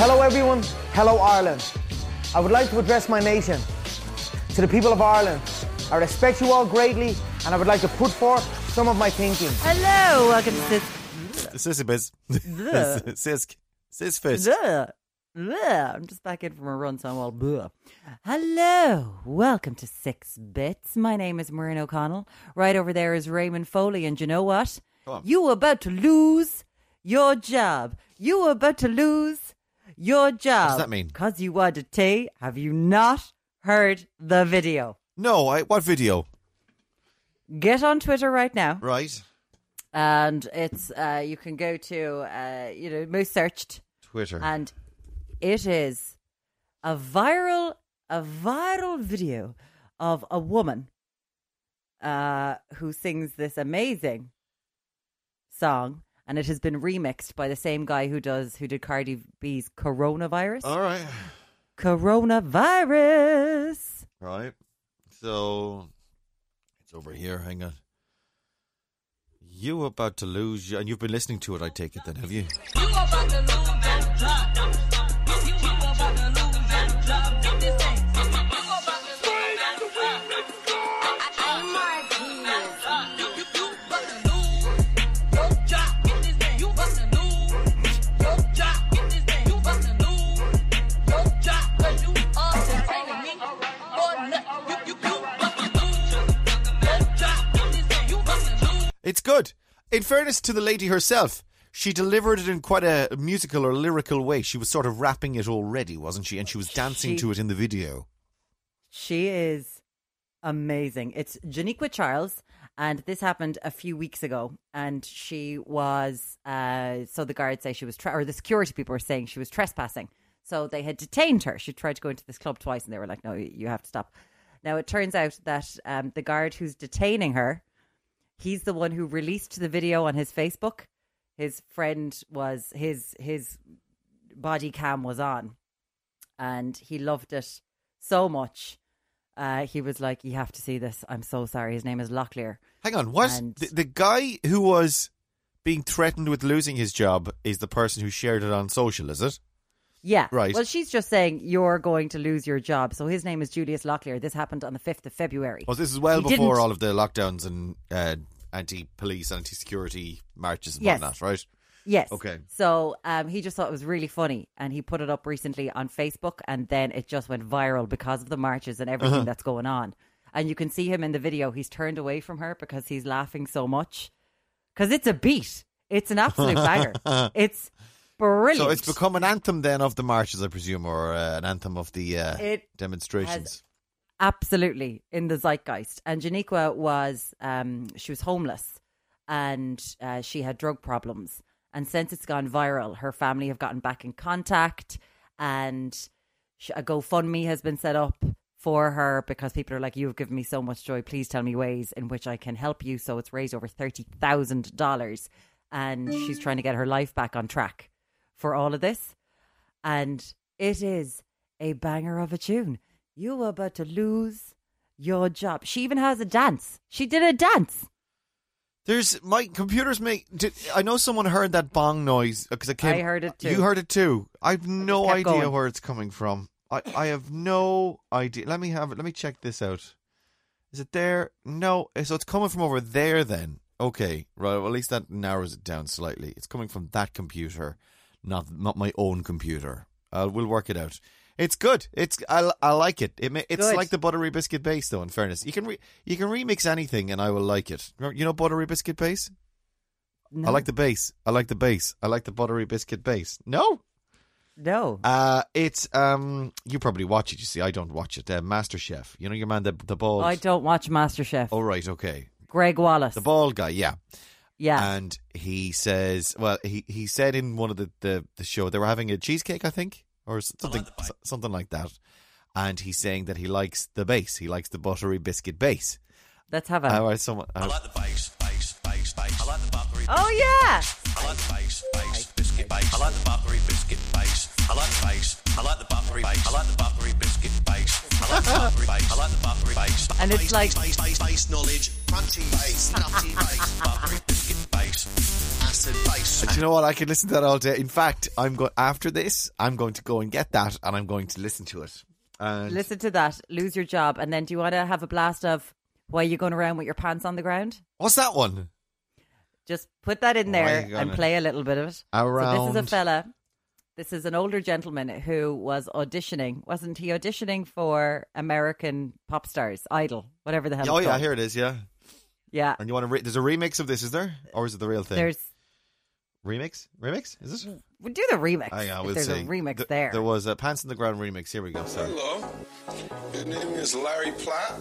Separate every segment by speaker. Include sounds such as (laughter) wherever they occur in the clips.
Speaker 1: Hello, everyone. Hello, Ireland. I would like to address my nation. To the people of Ireland, I respect you all greatly, and I would like to put forth some of my thinking.
Speaker 2: Hello, welcome to this.
Speaker 3: Sissy biz. (laughs)
Speaker 2: Bleh.
Speaker 3: Sisk. Sis fist.
Speaker 2: Bleh. Bleh. I'm just back in from a run, so I'm all bleh. Hello, welcome to Six Bits. My name is Maureen O'Connell. Right over there is Raymond Foley, and you know what?
Speaker 3: on.
Speaker 2: You about to lose your job. You about to lose your job.
Speaker 3: does that mean?
Speaker 2: Because you want to tea. Have you not heard the video?
Speaker 3: No, I, what video?
Speaker 2: Get on Twitter right now.
Speaker 3: Right.
Speaker 2: and it's uh, you can go to uh, you know most searched
Speaker 3: Twitter.
Speaker 2: and it is a viral a viral video of a woman uh, who sings this amazing song and it has been remixed by the same guy who does who did Cardi B's coronavirus
Speaker 3: All right.
Speaker 2: coronavirus
Speaker 3: Right. So it's over here. Hang on. You about to lose, your, and you've been listening to it. I take it then, have you? It's good. In fairness to the lady herself, she delivered it in quite a musical or lyrical way. She was sort of rapping it already, wasn't she? And she was dancing
Speaker 2: She-
Speaker 3: to it in the video.
Speaker 2: She is amazing. It's Janiqua Charles, and this happened a few weeks ago. And she was, uh, so the guards say she was, tre- or the security people were saying she was trespassing. So they had detained her. She tried to go into this club twice, and they were like, "No, you you have to stop." Now it turns out that um, the guard who's detaining her, he's the one who released the video on his Facebook. His friend was his his body cam was on, and he loved it so much. Uh, he was like, "You have to see this. I'm so sorry." His name is Locklear.
Speaker 3: Hang on, what?
Speaker 2: And-
Speaker 3: The, the guy who was being threatened with losing his job is the person who shared it on social, is it?
Speaker 2: Yeah,
Speaker 3: Right.
Speaker 2: Well, she's just saying you're going to lose your job. So his name is Julius Locklear. This happened on the fifth of February.
Speaker 3: Well, this Oh, is well
Speaker 2: He
Speaker 3: before
Speaker 2: didn't-
Speaker 3: all of the lockdowns and uh, anti-police, anti-security marches and
Speaker 2: Yes.
Speaker 3: whatnot, right?
Speaker 2: Yes.
Speaker 3: Okay.
Speaker 2: So um, he just thought it was really funny, and he put it up recently on Facebook, and then it just went viral because of the marches and
Speaker 3: Uh-huh.
Speaker 2: everything that's going on. And you can see him in the video; he's turned away from her because he's laughing so much because it's a beat. It's an absolute
Speaker 3: (laughs)
Speaker 2: banger. It's brilliant.
Speaker 3: So it's become an anthem then of the marches, I presume, or uh, an anthem of the uh,
Speaker 2: It
Speaker 3: demonstrations.
Speaker 2: absolutely in the zeitgeist. And Janiqua was, um, she was homeless and uh, she had drug problems. And since it's gone viral, her family have gotten back in contact and sh- a GoFundMe has been set up for her because people are like, You've given me so much joy. Please tell me ways in which I can help you. So it's raised over $30,000 and she's trying to get her life back on track for all of this and it is a banger of a tune. You were about to lose your job. She even has a dance. She did a dance.
Speaker 3: There's my computers make. Did, I know someone heard that bong noise because I came.
Speaker 2: I heard it too.
Speaker 3: You heard it too. I've no
Speaker 2: kept
Speaker 3: idea
Speaker 2: going.
Speaker 3: where it's coming from. I, I have no idea. Let me have it. Let me check this out. Is it there? No. Eh, So it's coming from over there then. Okay. Right. Well, at least that narrows it down slightly. It's coming from that computer, not not my own computer. Uh, we'll work it out. It's good. It's I, I like it. it ma- it's
Speaker 2: Good.
Speaker 3: like the buttery biscuit base though. In fairness, you can re, you can remix anything and I will like it. You know buttery biscuit base. I like the bass. I like the bass. I like the buttery biscuit bass. No,
Speaker 2: No.
Speaker 3: uh, it's um. You probably watch it. You see, I don't watch it. Uh, Master Chef. You know your man, the the bald.
Speaker 2: I don't watch MasterChef.
Speaker 3: Oh right, okay.
Speaker 2: Greg Wallace.
Speaker 3: The uh, bald guy, yeah.
Speaker 2: yeah.
Speaker 3: And he says, well, he he said in one of the the, the show they were having a cheesecake, I think, or s- something s- something like that. And he's saying that he likes the base. He likes the buttery biscuit base.
Speaker 2: Let's have a.
Speaker 3: Uh, someone, uh,
Speaker 2: oh, yeah. And it's like.
Speaker 4: Base, base, base knowledge, fronty base, nutty base, buttery biscuit base, acid
Speaker 3: Do you know what? I could listen to that all day. In fact, I'm going after this. I'm going to go and get that, and I'm going to listen to it. And
Speaker 2: Listen to that. Lose your job, and then do you want to have a blast of why you going around with your pants on the ground?
Speaker 3: what's that one?
Speaker 2: Just put that in
Speaker 3: Why
Speaker 2: there
Speaker 3: you
Speaker 2: and
Speaker 3: Oh, gonna-
Speaker 2: play a little bit of it. So this is a
Speaker 3: Around.
Speaker 2: fella. This is an older gentleman who was auditioning. Wasn't he auditioning for American pop stars, Idol, whatever the hell?
Speaker 3: Oh
Speaker 2: it's
Speaker 3: yeah,
Speaker 2: called.
Speaker 3: here it is. Yeah,
Speaker 2: Yeah,
Speaker 3: and you want to? Re- There's a remix of this, is there, or is it the real thing?
Speaker 2: there's.
Speaker 3: remix. Remix is it? Oh,
Speaker 2: We'll do the remix.
Speaker 3: Hang on,
Speaker 2: if
Speaker 3: we'll
Speaker 2: there's
Speaker 3: see.
Speaker 2: a remix
Speaker 3: Th-
Speaker 2: there.
Speaker 3: There was a pants on the ground remix. Here we go. Sorry.
Speaker 4: Hello. Your name is Larry Platt.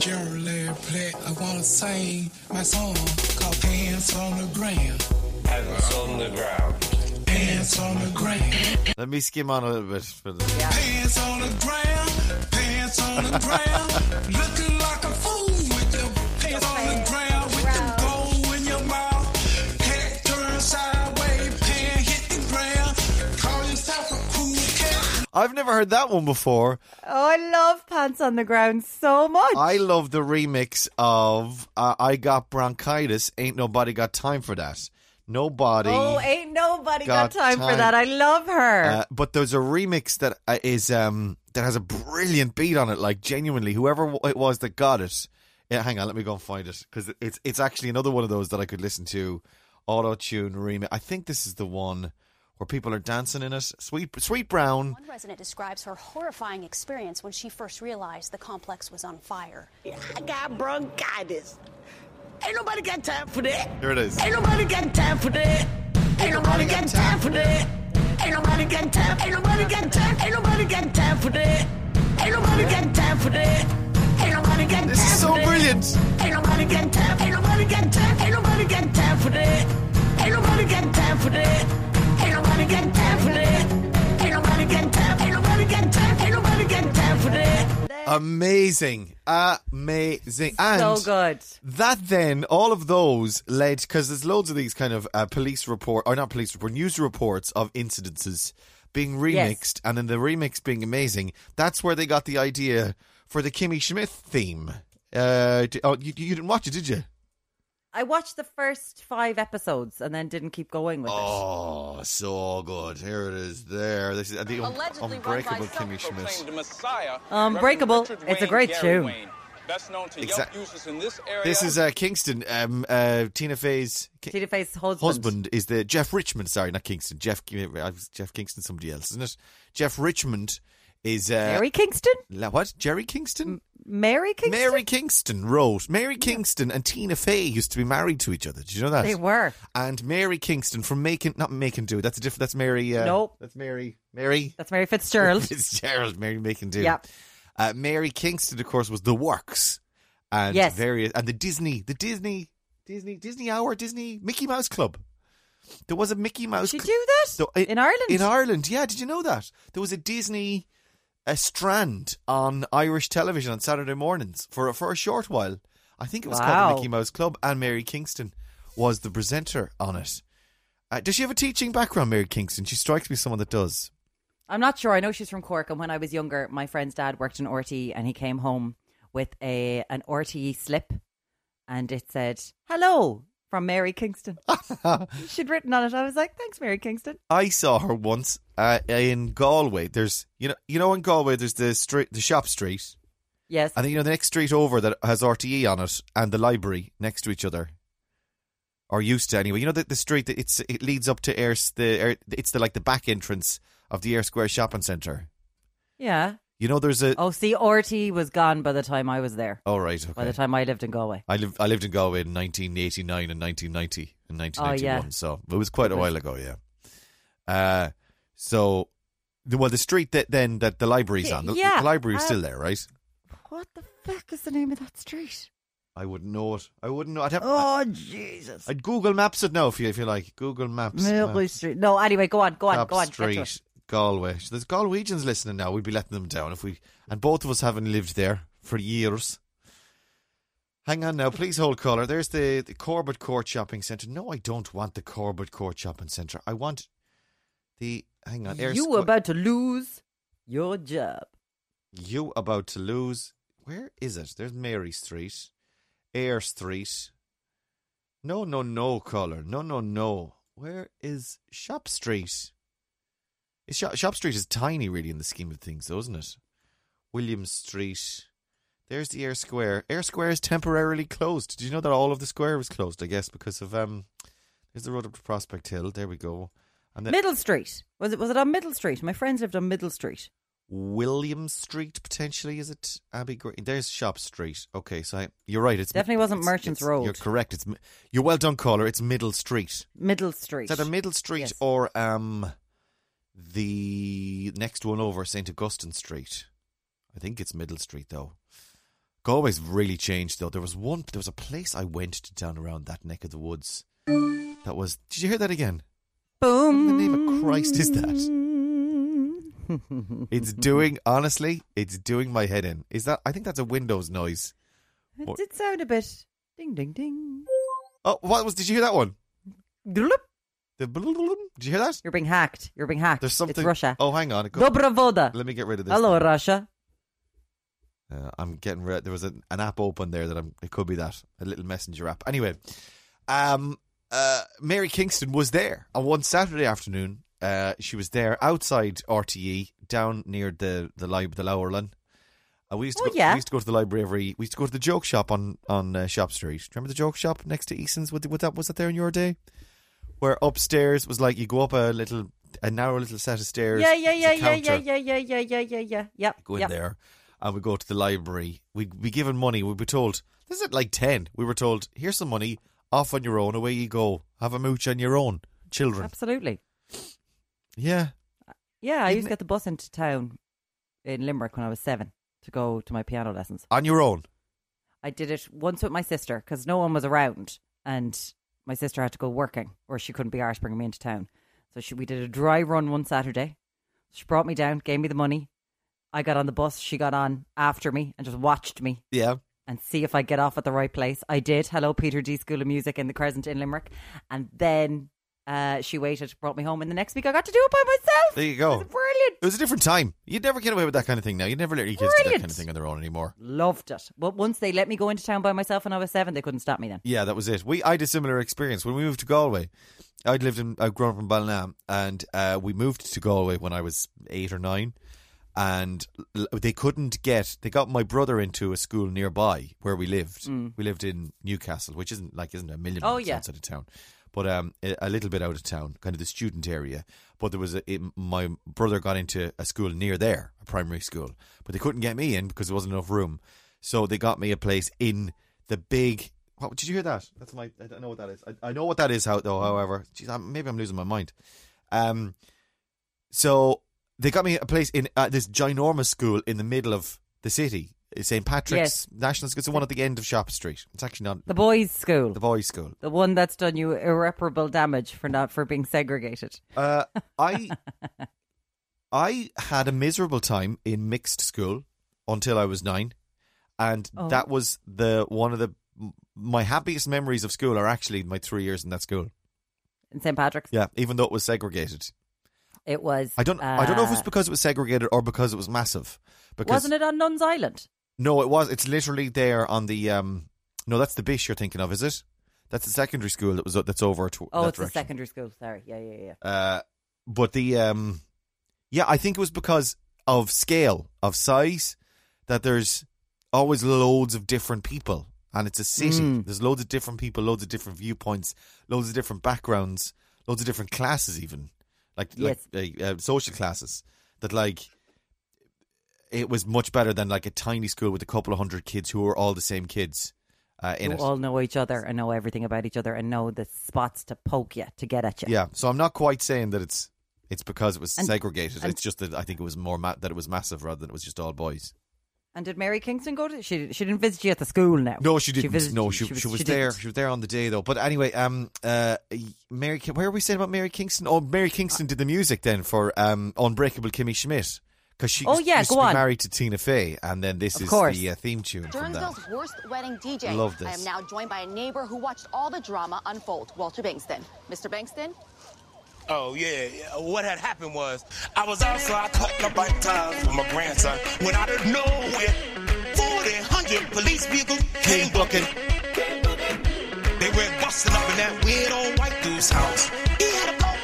Speaker 5: Gerald Larry Platt, I wanna sing my song called Pants on the Gram.
Speaker 4: Pants
Speaker 5: Uh-huh.
Speaker 4: on the ground.
Speaker 5: Pants on the Gram.
Speaker 3: Let me skim on a little bit. For the-
Speaker 5: Pants on the Gram. Pants on the Gram. Looking like a fool with your pants on the Gram. With the gold in your mouth. Head turned sideways. Pants hit the ground. Call yourself a cool cat.
Speaker 3: I've never heard that one before.
Speaker 2: Oh, I love Pants on the Ground so much.
Speaker 3: I love the remix of uh, "I Got Bronchitis." Ain't nobody got time for that. Nobody.
Speaker 2: oh, ain't nobody got,
Speaker 3: Got
Speaker 2: time, for
Speaker 3: time.
Speaker 2: that. I love her.
Speaker 3: Uh, but there's a remix that uh, is um that has a brilliant beat on it. Like genuinely, whoever w- it was that got it. Yeah, hang on, let me go and find it because it's it's actually another one of those that I could listen to. Auto tune remix. I think this is the one where people are dancing in it. Sweet Sweet Brown.
Speaker 6: One resident describes her horrifying experience when she first realized the complex was on fire.
Speaker 7: I got bronchitis. Ain't nobody got time for that.
Speaker 3: Here it is.
Speaker 7: Ain't nobody got time for that. Ain't nobody got time for that. Ain't nobody got time. Ain't nobody got time. Ain't nobody got time for that. Ain't nobody got time for that. Ain't nobody got time.
Speaker 3: This is so
Speaker 7: for that.
Speaker 3: brilliant.
Speaker 7: Ain't nobody got time. Ain't nobody got time. Ain't nobody got time for that. Ain't nobody got time for that. Ain't nobody got time for that. Ain't nobody got time. Ain't nobody got time. Ain't nobody got time for that.
Speaker 3: Amazing, amazing, and
Speaker 2: so good.
Speaker 3: That then, all of those led because there's loads of these kind of uh, police report or not police report news reports of incidences being remixed, and then the remix being amazing. That's where they got the idea for the Kimmy Schmidt theme. Uh, d- oh, you, you didn't watch it, did you?
Speaker 2: I watched the first five episodes and then didn't keep going with it.
Speaker 3: Oh, so good. Here it is. There, this is uh, the un-
Speaker 8: Allegedly run by
Speaker 3: unbreakable
Speaker 8: self-proclaimed
Speaker 3: Kimmy Schmidt.
Speaker 8: Messiah,
Speaker 9: Um,
Speaker 2: Unbreakable.
Speaker 8: Reverend
Speaker 2: It's a
Speaker 8: Richard
Speaker 2: great
Speaker 8: Wayne
Speaker 2: tune.
Speaker 8: Gary Wayne, best known to
Speaker 3: Exact-
Speaker 8: Yelp users in this area.
Speaker 3: This is uh, Kingston. Um, uh, Tina Fey's Ki-
Speaker 2: Tina Fey's husband.
Speaker 3: husband is the Jeff Richmond. Sorry, not Kingston. Jeff uh, Jeff Kingston, somebody else, isn't it? Jeff Richmond is uh,
Speaker 2: Mary Kingston?
Speaker 3: La- what? Jerry Kingston?
Speaker 2: Mary Mm, Kingston?
Speaker 3: Mary Kingston wrote. Mary Kingston and Tina Fey used to be married to each other. Did you know that?
Speaker 2: They were.
Speaker 3: And Mary Kingston from Macon, not Macon Do. That's a different. That's Mary. Uh,
Speaker 2: Nope.
Speaker 3: That's Mary. Mary.
Speaker 2: That's Mary Fitzgerald.
Speaker 3: (laughs) Fitzgerald. Mary Macon Do.
Speaker 2: Yep.
Speaker 3: Uh, Mary Kingston, of course, was the works and
Speaker 2: Yes.
Speaker 3: various and the Disney, the Disney, Disney, Disney Hour, Disney Mickey Mouse Club. There was a Mickey Mouse.
Speaker 2: Did she
Speaker 3: Cl-
Speaker 2: do that?
Speaker 3: so uh,
Speaker 2: in Ireland?
Speaker 3: In Ireland, yeah. Did you know that there was a Disney a strand on Irish television on Saturday mornings for for a short while? I think it was called
Speaker 2: Wow.
Speaker 3: the Mickey Mouse Club, and Mary Kingston was the presenter on it. Uh, does she have a teaching background, Mary Kingston? She strikes me as someone that does.
Speaker 2: I'm not sure. I know she's from Cork, and when I was younger, my friend's dad worked in RTE, and he came home with a an RTE slip, and it said "Hello" from Mary (laughs) Kingston. She'd written on it. I was like, "Thanks, Mary Kingston."
Speaker 3: I saw her once uh, in Galway. There's you know you know in Galway there's the street the shop street,
Speaker 2: Yes,
Speaker 3: and then you know the next street over that has RTE on it and the library next to each other, or used to anyway. You know the, the street that it's it leads up to Air S- the Air, it's the like the back entrance of the Air Square shopping centre.
Speaker 2: yeah.
Speaker 3: You know there's a
Speaker 2: Oh, see, RTE was gone by the time I was there.
Speaker 3: oh right okay.
Speaker 2: By the time I lived in Galway,
Speaker 3: I lived I lived in Galway in 1989 and 1990 and 1991,
Speaker 2: Oh, yeah.
Speaker 3: so it was quite a while ago. Yeah. Uh, so, the, well, the street that then that the library's on, the,
Speaker 2: Yeah,
Speaker 3: the library's
Speaker 2: uh,
Speaker 3: still there, right?
Speaker 2: what the fuck is the name of that street?
Speaker 3: I wouldn't know it. I wouldn't know. I'd have.
Speaker 2: Oh Jesus,
Speaker 3: I'd Google Maps it now if you if you like Google Maps. Uh,
Speaker 2: Mary
Speaker 3: Maps,
Speaker 2: Street. No, anyway, go on, go on,
Speaker 3: Maps
Speaker 2: go on. get to it.
Speaker 3: Street, Galway. So there's Galwegians listening now. We'd be letting them down if we. And both of us haven't lived there for years. Hang on now, please hold caller. There's the, the Corbett Court Shopping Centre. No, I don't want the Corbett Court Shopping Centre. I want the. Hang on. Air
Speaker 2: You
Speaker 3: Squ-
Speaker 2: about to lose your job.
Speaker 3: You about to lose. Where is it? There's Mary Street, Air Street. No, no, no, caller. No, no, no. where is Shop Street? Is Shop, Shop Street is tiny, really, in the scheme of things, though, isn't it? William Street. There's the Air Square. Air Square is temporarily closed. Did you know that all of the square was closed? I guess because of um, there's the road up to Prospect Hill. There we go. And then
Speaker 2: Middle Street was it? Was it on Middle Street? My friends lived on Middle Street.
Speaker 3: William Street potentially is it Abbey Green? There's Shop Street. Okay, so I, you're right. It's
Speaker 2: Definitely wasn't
Speaker 3: it's-
Speaker 2: Merchants
Speaker 3: it's-
Speaker 2: Road.
Speaker 3: You're correct. It's mi- you're well done, caller. It's Middle Street.
Speaker 2: Middle Street.
Speaker 3: It's either Middle Street
Speaker 2: Yes.
Speaker 3: or um the next one over St Augustine Street. I think it's Middle Street though. Galway's really changed though. There was one. There was a place I went to down around that neck of the woods. That was. Did you hear that again?
Speaker 2: Boom.
Speaker 3: What in the name of Christ is
Speaker 2: (laughs)
Speaker 3: It's doing. honestly, it's doing my head in. Is that? I think that's a Windows noise.
Speaker 2: it did sound a bit ding ding ding.
Speaker 3: Oh, what was? Did you hear that one?
Speaker 2: Gloop.
Speaker 3: The blululum? Did you hear that?
Speaker 2: You're being hacked. You're being hacked.
Speaker 3: There's something.
Speaker 2: It's Russia.
Speaker 3: Oh, hang on. It go-
Speaker 2: Dobra woda.
Speaker 3: Let me get rid of this.
Speaker 2: Hello,
Speaker 3: then.
Speaker 2: Russia.
Speaker 3: Uh, I'm getting rid. There was an, an app open there that I'm. It could be that a little messenger app. Anyway, um, uh, Mary Kingston was there on one Saturday afternoon. Uh, she was there outside RTE down near the the lib the Lowerland. Uh, we used to
Speaker 2: Oh,
Speaker 3: go,
Speaker 2: yeah.
Speaker 3: we used to go to the library every. We used to go to the joke shop on on uh, Shop Street. Remember the joke shop next to Eason's? What, what that was that there in your day? Where upstairs was like you go up a little a narrow little set of stairs.
Speaker 2: Yeah, yeah, yeah,
Speaker 3: There's a
Speaker 2: yeah, yeah,
Speaker 3: counter
Speaker 2: yeah, yeah, yeah, yeah, yeah, yeah. Yep.
Speaker 3: go in
Speaker 2: yep.
Speaker 3: there and we go to the library. We'd be given money. We'd be told, this is at like 10. We were told, here's some money. Off on your own. Away you go. Have a mooch on your own. Children.
Speaker 2: Absolutely.
Speaker 3: Yeah.
Speaker 2: Yeah, I used
Speaker 3: Didn't-
Speaker 2: to get the bus into town in Limerick when I was seven to go to my piano lessons.
Speaker 3: On your own.
Speaker 2: I did it once with my sister because no one was around, and my sister had to go working, or she couldn't be arsed bringing me into town. So she, we did a dry run one Saturday. She brought me down, gave me the money. I got on the bus. She got on after me and just watched me
Speaker 3: Yeah.
Speaker 2: and see if I get off at the right place. I did. Hello, Peter D. School of Music in the Crescent in Limerick, and then uh, she waited, brought me home, and the next week I got to do it by myself.
Speaker 3: There you go.
Speaker 2: It was brilliant.
Speaker 3: It was a different time. You'd never get away with that kind of thing now. You'd never let your kids do that
Speaker 2: Brilliant.
Speaker 3: kind of thing on their own anymore.
Speaker 2: Loved it. But once they let me go into town by myself when I was seven, they couldn't stop me then.
Speaker 3: Yeah, that was it. We I had a similar experience when we moved to Galway. I'd lived in I'd grown up in Ballinam, and uh, we moved to Galway when I was eight or nine. And l- they couldn't get. They got my brother into a school nearby where we lived. We lived in Newcastle, which isn't like isn't a million
Speaker 2: Mm. Oh,
Speaker 3: miles
Speaker 2: yeah.
Speaker 3: outside of town, but um, a a little bit out of town, kind of the student area. But there was a, it, my brother got into a school near there, a primary school, but they couldn't get me in because there wasn't enough room. So they got me a place in the big. What, did you hear that? That's my. I don't know what that is. I, I know what that is. How though? However, Jeez, I'm, maybe I'm losing my mind. Um, so they got me a place in uh, this ginormous school in the middle of the city, St
Speaker 2: Yes.
Speaker 3: Patrick's National School. It's the one at the end of Shop Street. It's actually not
Speaker 2: The boys' school.
Speaker 3: the boys' school.
Speaker 2: The one that's done you irreparable damage for not for being segregated.
Speaker 3: Uh, I I had a miserable time in mixed school until I was nine, and
Speaker 2: Oh.
Speaker 3: that was the one of the my happiest memories of school are actually my three years in that school.
Speaker 2: In St. Patrick's,
Speaker 3: Yeah, even though it was segregated,
Speaker 2: it was.
Speaker 3: I don't I don't know if it was
Speaker 2: uh,
Speaker 3: because it was segregated or because it was massive. Because
Speaker 2: wasn't it on Nuns Island?
Speaker 3: No, it was. It's literally there on the. um No, that's the Bish you're thinking of, is it? That's the secondary school that was that's over. To,
Speaker 2: Oh,
Speaker 3: that
Speaker 2: it's
Speaker 3: direction.
Speaker 2: a secondary school. Sorry, yeah, yeah, yeah.
Speaker 3: Uh, but the um, yeah, I think it was because of scale of size that there's always loads of different people, and it's a city.
Speaker 2: Mm.
Speaker 3: There's loads of different people, loads of different viewpoints, loads of different backgrounds, loads of different classes, even like like uh, uh, social classes. That like it was much better than like a tiny school with a couple of hundred kids who were all the same kids uh, in
Speaker 2: Who
Speaker 3: it.
Speaker 2: all know each other and know everything about each other and know the spots to poke you to get at you.
Speaker 3: Yeah, so I'm not quite saying that it's it's because it was
Speaker 2: And-
Speaker 3: segregated.
Speaker 2: and-
Speaker 3: it's just that I think it was more ma- that it was massive rather than it was just all boys.
Speaker 2: And did Mary Kingston go to? She she didn't visit you at the school now.
Speaker 3: No, she didn't.
Speaker 2: visited
Speaker 3: no,
Speaker 2: you.
Speaker 3: she, she was, there.
Speaker 2: didn't.
Speaker 3: She was there on the day though. But anyway, um, uh, Mary, Ki- where were we saying about Mary Kingston? Oh, Mary Kingston did the music then for um Unbreakable Kimmy Schmidt because she
Speaker 2: Oh,
Speaker 3: used,
Speaker 2: yeah,
Speaker 3: used to
Speaker 2: go
Speaker 3: be
Speaker 2: on.
Speaker 3: married to Tina Fey, and then this
Speaker 2: Of
Speaker 3: is
Speaker 2: course.
Speaker 3: the uh, theme tune from that.
Speaker 6: Durnsville's worst wedding DJ.
Speaker 3: Love this.
Speaker 6: I am now joined by a neighbor who watched all the drama unfold, Walter Bangston. Mr. Bangston,
Speaker 5: Oh yeah, yeah. what had happened was I was outside cutting up my time for my grandson when out of nowhere, 40, 100 police vehicles came bucking. They went busting up in that weird old white dude's house. He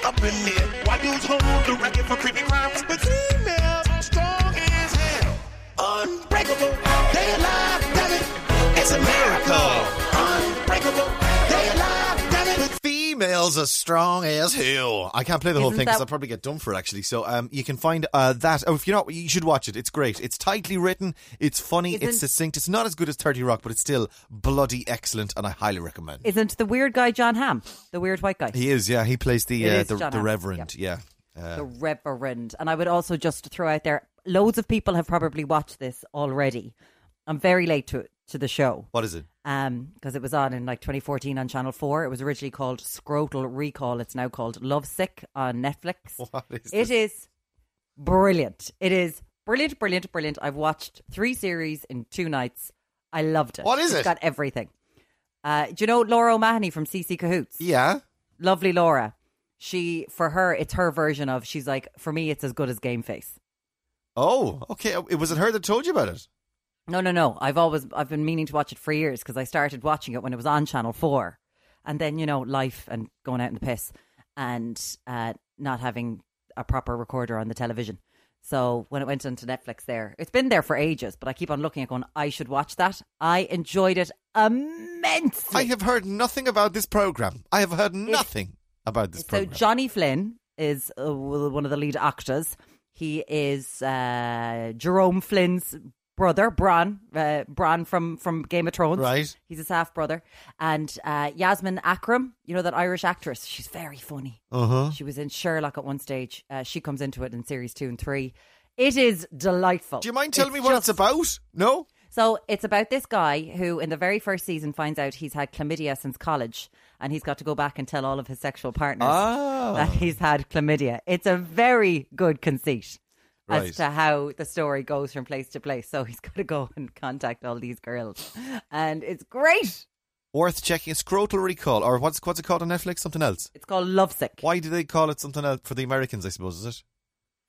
Speaker 5: up in there. Why dudes hold the record for creepy crimes, but females strong as hell. Unbreakable, they alive, damn it. It's America. Unbreakable, they alive, damn it.
Speaker 3: Females are strong as hell. I can't play the whole
Speaker 2: Isn't
Speaker 3: thing because
Speaker 2: that-
Speaker 3: I'll probably get done for it, actually. So um, you can find uh, that. Oh, if you're not, you should watch it. It's great. It's tightly written. It's funny. it's
Speaker 2: Isn't-
Speaker 3: succinct. It's not as good as Thirty Rock, but it's still bloody excellent, and I highly recommend.
Speaker 2: Isn't the weird guy John Hamm, the weird white guy?
Speaker 3: he is. Yeah, he plays the
Speaker 2: It
Speaker 3: uh,
Speaker 2: is
Speaker 3: the,
Speaker 2: John
Speaker 3: the
Speaker 2: Hamm.
Speaker 3: Reverend. Yeah. Uh,
Speaker 2: the Reverend. And I would also just throw out there loads of people have probably watched this already. I'm very late to to the show
Speaker 3: what is it?
Speaker 2: um because it was on in like 2014 on Channel 4. It was originally called Scrotal Recall. It's now called Lovesick on Netflix.
Speaker 3: (laughs) What is
Speaker 2: It is brilliant. It is brilliant, brilliant, brilliant. I've watched three series in two nights. I loved it.
Speaker 3: What is
Speaker 2: It's
Speaker 3: it?
Speaker 2: Got everything. Uh, do you know Laura O'Mahony from CC Cahoots?
Speaker 3: Yeah.
Speaker 2: lovely Laura. She for her, it's her version of. She's like, for me, it's as good as Game Face.
Speaker 3: Oh, okay. It was it her that told you about it?
Speaker 2: No, no, no. I've always I've been meaning to watch it for years because I started watching it when it was on Channel Four, and then you know life and going out in the piss and uh, not having a proper recorder on the television. So when it went onto Netflix, there it's been there for ages, but I keep on looking at going. I should watch that. I enjoyed it immensely.
Speaker 3: I have heard nothing about this program. I have heard nothing about this
Speaker 2: So
Speaker 3: program.
Speaker 2: Johnny Flynn is uh, one of the lead actors. He is uh, Jerome Flynn's brother, Bran, uh, Bran from from Game of Thrones.
Speaker 3: Right.
Speaker 2: He's his half brother, and uh, Yasmin Akram, you know that Irish actress. She's very funny.
Speaker 3: uh huh.
Speaker 2: She was in Sherlock at one stage. Uh, she comes into it in series two and three. It is delightful.
Speaker 3: Do you mind telling me what it's
Speaker 2: just-
Speaker 3: about? No.
Speaker 2: so it's about this guy who, in the very first season, finds out he's had chlamydia since college, and he's got to go back and tell all of his sexual partners
Speaker 3: Ah.
Speaker 2: that he's had chlamydia. It's a very good conceit
Speaker 3: Right.
Speaker 2: as to how the story goes from place to place. So he's (laughs) got to go and contact all these girls, and it's great.
Speaker 3: Worth checking. Scrotal Recall, or what's what's it called on Netflix? Something else.
Speaker 2: It's called Lovesick
Speaker 3: Why do they call it something else for the Americans? I suppose is it?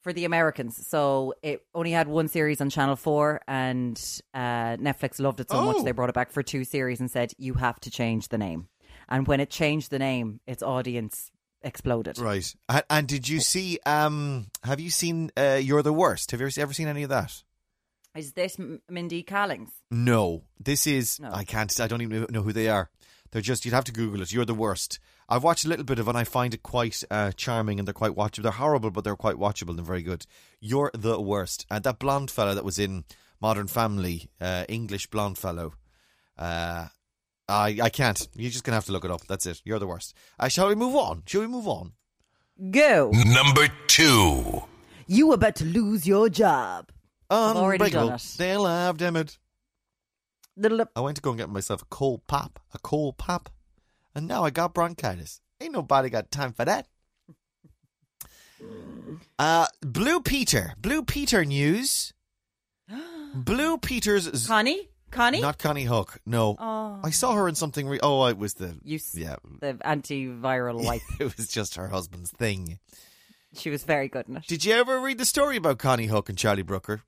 Speaker 2: for the Americans. So it only had one series on Channel Four, and uh, Netflix loved it so
Speaker 3: Oh.
Speaker 2: much they brought it back for two series and said you have to change the name. And when it changed the name, its audience exploded.
Speaker 3: Right. And, and did you see? Um, have you seen? Uh, You're the worst. Have you ever, ever seen any of that?
Speaker 2: Is this M- Mindy Callings?
Speaker 3: No. This is.
Speaker 2: No.
Speaker 3: I can't. I don't even know who they are. They're just. You'd have to Google it. You're the worst. I've watched a little bit of, it and I find it quite uh, charming, and they're quite watchable. They're horrible, but they're quite watchable and very good. You're the worst. And that blonde fella that was in Modern Family, uh, English blonde fellow. Uh, I I can't. You're just gonna have to look it up. That's it. You're the worst. Uh, shall we move on? Shall we move on?
Speaker 2: Go!
Speaker 5: Number two.
Speaker 2: You about to lose your job. I've already
Speaker 3: Unbreakable.
Speaker 2: done it.
Speaker 3: They loved Emmett.
Speaker 2: Little
Speaker 3: I went to go and get myself a cold pop, a cold pop, and now I got bronchitis. Ain't nobody got time
Speaker 2: (gasps)
Speaker 3: for that. Uh, Blue Peter, Blue
Speaker 2: (gasps)
Speaker 3: Peter news. Blue Peter's z-
Speaker 2: Connie, Connie,
Speaker 3: not Connie Hook. No,
Speaker 2: Oh.
Speaker 3: I saw her in something. Re- oh, it was the
Speaker 2: you s-
Speaker 3: yeah. (laughs)
Speaker 2: the antiviral wipe.
Speaker 3: It was just her husband's thing.
Speaker 2: she was very good in it.
Speaker 3: Did you ever read the story about Connie Hook and Charlie Brooker?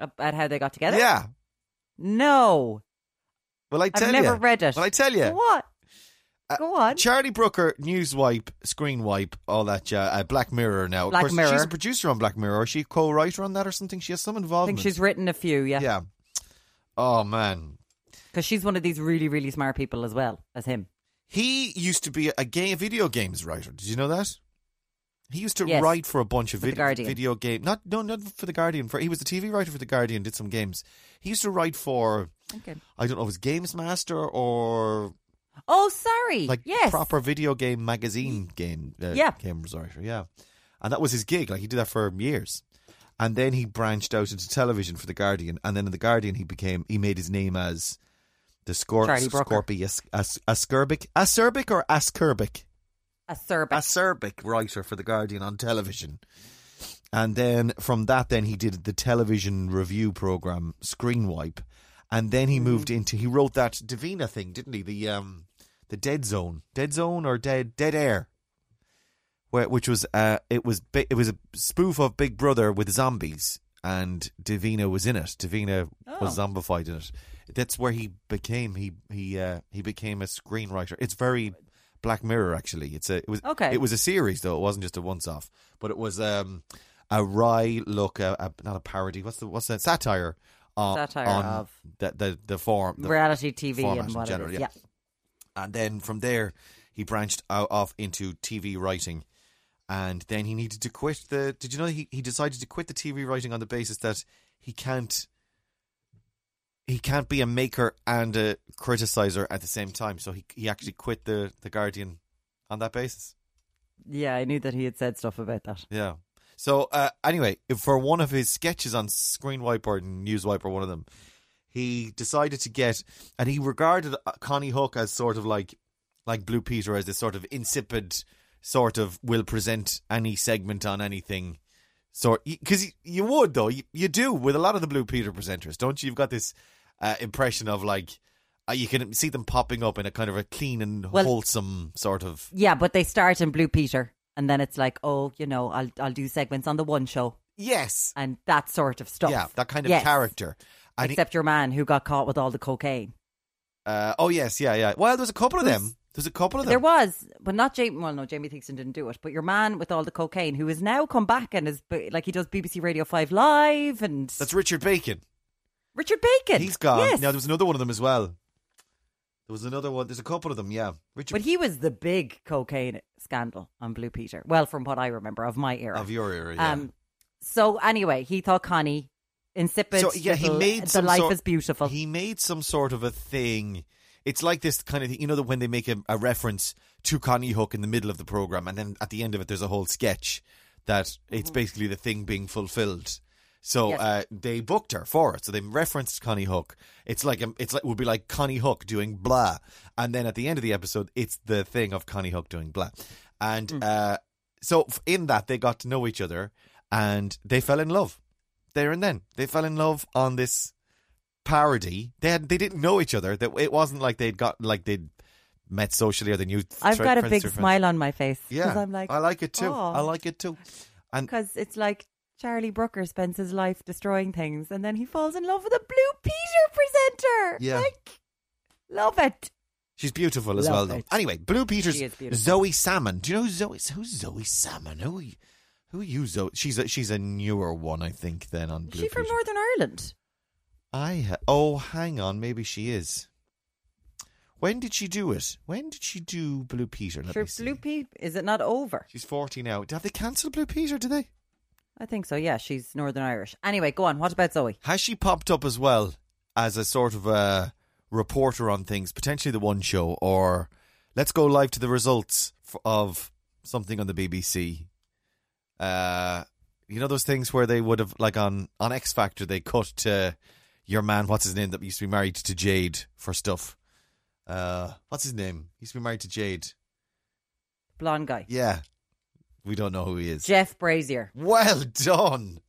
Speaker 2: About how they got together?
Speaker 3: Yeah.
Speaker 2: No,
Speaker 3: Well, I
Speaker 2: I've
Speaker 3: tell you.
Speaker 2: never read it.
Speaker 3: Well, I tell you.
Speaker 2: What?
Speaker 3: Uh,
Speaker 2: Go on.
Speaker 3: Charlie Brooker, news wipe, screen wipe, all that. ja- Uh, Black Mirror now.
Speaker 2: Black
Speaker 3: of course, She's
Speaker 2: Mirror.
Speaker 3: a producer on Black Mirror. Is she a co-writer on that or something? She has some
Speaker 2: I
Speaker 3: involvement.
Speaker 2: think she's written a few, yeah.
Speaker 3: yeah. Oh man,
Speaker 2: Because she's one of these really, really smart people as well as him.
Speaker 3: he used to be a game video games writer. Did you know that? He used to
Speaker 2: Yes.
Speaker 3: write for a bunch of
Speaker 2: For The
Speaker 3: vid-
Speaker 2: Guardian.
Speaker 3: video game. Not no, not for the Guardian. For he was a TV writer for the Guardian. Did some games. He used to write for
Speaker 2: Okay.
Speaker 3: I don't know, it was Games Master or
Speaker 2: Oh, sorry.
Speaker 3: like
Speaker 2: yes.
Speaker 3: proper video game magazine game uh,
Speaker 2: Yeah.
Speaker 3: game writer yeah and that was his gig like he did that for years and then he branched out into television for the guardian and then in the guardian he became he made his name as the Scor-
Speaker 2: Charlie Brooker.
Speaker 3: Scorpy as- as- Ascorbic Acerbic or Ascorbic
Speaker 2: Acerbic.
Speaker 3: Acerbic writer for the Guardian on television and then from that then he did the television review program Screen Wipe and then he moved into he wrote that Divina thing didn't he the um the Dead Zone Dead Zone or Dead Dead Air where which was uh it was bi- it was a spoof of Big Brother with zombies and Divina was in it Divina was
Speaker 2: Oh.
Speaker 3: zombified in it that's where he became he he uh he became a screenwriter it's very Black Mirror. Actually, it's a it was
Speaker 2: Okay.
Speaker 3: It was a series though. It wasn't just a once off, but it was um a wry look, a, a, not a parody. What's the what's that satire? On,
Speaker 2: Satire
Speaker 3: on
Speaker 2: of-
Speaker 3: the the the form the
Speaker 2: reality TV
Speaker 3: format
Speaker 2: and
Speaker 3: in
Speaker 2: what
Speaker 3: general,
Speaker 2: it is.
Speaker 3: yeah. and then from there he branched out off into TV writing, and then he needed to quit the. Did you know he he decided to quit the TV writing on the basis that he can't he can't be a maker and a criticizer at the same time. So he he actually quit the the Guardian on that basis.
Speaker 2: Yeah, I knew that he had said stuff about that.
Speaker 3: Yeah. So uh, anyway, if for one of his sketches on Screen Wiper and News Wiper, one of them, he decided to get, and he regarded uh, Connie Hook as sort of like, like Blue Peter as this sort of insipid, sort of will present any segment on anything, sort because you would though you, you do with a lot of the Blue Peter presenters, don't you? You've got this uh, impression of like. Uh, you can see them popping up in a kind of a clean and
Speaker 2: Well-
Speaker 3: wholesome sort of
Speaker 2: Yeah, but they start in Blue Peter, and then it's like, oh, you know, I'll I'll do segments on the one show
Speaker 3: yes,
Speaker 2: and that sort of stuff.
Speaker 3: yeah, that kind of
Speaker 2: Yes.
Speaker 3: character. And he-
Speaker 2: Except your man who got caught with all the cocaine.
Speaker 3: Uh, oh yes, yeah, yeah. Well, there's a couple of them. There's a couple of them.
Speaker 2: There was, but not Jamie. Well, no, Jamie Thigpen didn't do it. But your man with all the cocaine, who has now come back and is b- like he does BBC Radio Five Live and
Speaker 3: That's Richard Bacon.
Speaker 2: Richard Bacon.
Speaker 3: He's gone.
Speaker 2: Yes.
Speaker 3: Now there was another one of them as well. There was another one. There's a couple of them. Yeah, Richard
Speaker 2: but he was the big cocaine scandal on Blue Peter. Well, from what I remember of my era. Um,
Speaker 3: of your era. Yeah.
Speaker 2: So anyway, he thought Connie insipid.
Speaker 3: so yeah, he
Speaker 2: little-
Speaker 3: made
Speaker 2: the
Speaker 3: some
Speaker 2: life
Speaker 3: sort-
Speaker 2: is beautiful.
Speaker 3: He made some sort of a thing. It's like this kind of thing, you know, that when they make a, a reference to Connie Hook in the middle of the program, and then at the end of it, there's a whole sketch that it's basically the thing being fulfilled.
Speaker 2: Mm-hmm.
Speaker 3: So
Speaker 2: Yes.
Speaker 3: uh, they booked her for it. So they referenced Connie Hook. It's like um, it's like would be like Connie Hook doing blah, and then at the end of the episode, it's the thing of Connie Hook doing blah, and
Speaker 2: Mm.
Speaker 3: uh, so f- in that they got to know each other and they fell in love there and then. They fell in love on this parody. They had, they didn't know each other. That it wasn't like they'd got like they'd met socially or they knew.
Speaker 2: I've
Speaker 3: thre-
Speaker 2: got a
Speaker 3: friends
Speaker 2: big
Speaker 3: through friends.
Speaker 2: smile on my face
Speaker 3: Yeah,
Speaker 2: because I'm like,
Speaker 3: I like it too.
Speaker 2: "Aw."
Speaker 3: I like it too. And
Speaker 2: because it's like Charlie Brooker spends his life destroying things, and then he falls in love with a Blue Peter presenter.
Speaker 3: Yeah.
Speaker 2: like, love it.
Speaker 3: she's beautiful as well.
Speaker 2: Love
Speaker 3: Though.
Speaker 2: it.
Speaker 3: Anyway, Blue Peter's
Speaker 2: She is beautiful.
Speaker 3: Zoe Salmon. Do you know who Zoe? Who's Zoe Salmon? Who? Are you, who are you, Zoe? She's a, she's a newer one, I think, than on
Speaker 2: Is
Speaker 3: Blue
Speaker 2: she
Speaker 3: Peter.
Speaker 2: from Northern Ireland?
Speaker 3: I ha- oh, hang on, maybe she is. When did she do it? When did she do Blue Peter? Let
Speaker 2: Sure,
Speaker 3: me see.
Speaker 2: Blue Peter is it not over?
Speaker 3: She's 40 now. Have they cancelled Blue Peter, do they?
Speaker 2: I think so. Yeah, she's Northern Irish. Anyway, go on. What about Zoe?
Speaker 3: Has she popped up as well as a sort of a reporter on things, potentially the one show, or let's go live to the results f- of something on the BBC? Uh, you know those things where they would have, like on, on X Factor, they cut to your man, what's his name, that used to be married to Jade for stuff. Uh, what's his name? He used to be married to Jade.
Speaker 2: Blonde guy,
Speaker 3: Yeah. We don't know who he is.
Speaker 2: Jeff Brazier.
Speaker 3: well done.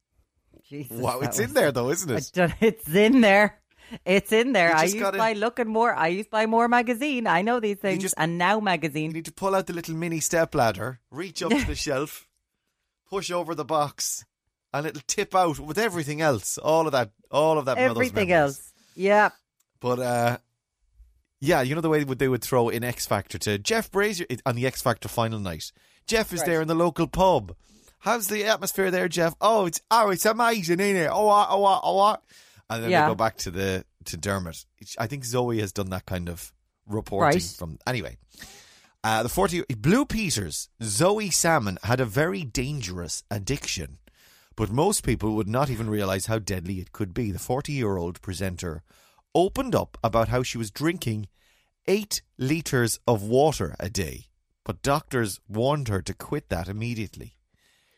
Speaker 2: Jesus,
Speaker 3: Wow,
Speaker 2: that
Speaker 3: it's
Speaker 2: was-
Speaker 3: in there though, isn't
Speaker 2: I
Speaker 3: it?
Speaker 2: don't- It's in there. It's in there.
Speaker 3: You
Speaker 2: I
Speaker 3: just
Speaker 2: used
Speaker 3: gotta-
Speaker 2: by looking more. I used by more magazine. I know these things.
Speaker 3: just-
Speaker 2: and now
Speaker 3: You
Speaker 2: magazine.
Speaker 3: need to pull out the little mini stepladder, reach up to
Speaker 2: (laughs)
Speaker 3: the shelf, push over the box, and it'll tip out with everything else. All of that, all of that. Mother's
Speaker 2: everything
Speaker 3: memories.
Speaker 2: else. Yeah.
Speaker 3: But uh, yeah, you know the way would they would throw in X Factor to Jeff Brazier it- on the X Factor final night. Jeff is there in the local pub. How's the atmosphere there, Jeff? Oh, it's oh, it's amazing, isn't it? Oh, ah, oh, ah, oh, ah. and then
Speaker 2: Yeah.
Speaker 3: they go back to the to Dermot. I think Zoe has done that kind of reporting
Speaker 2: Right.
Speaker 3: from anyway. Uh, the forty Blue Peters Zoe Salmon had a very dangerous addiction but most people would not even realize how deadly it could be. The 40 year old presenter opened up about how she was drinking eight litres of water a day, but doctors warned her to quit that immediately.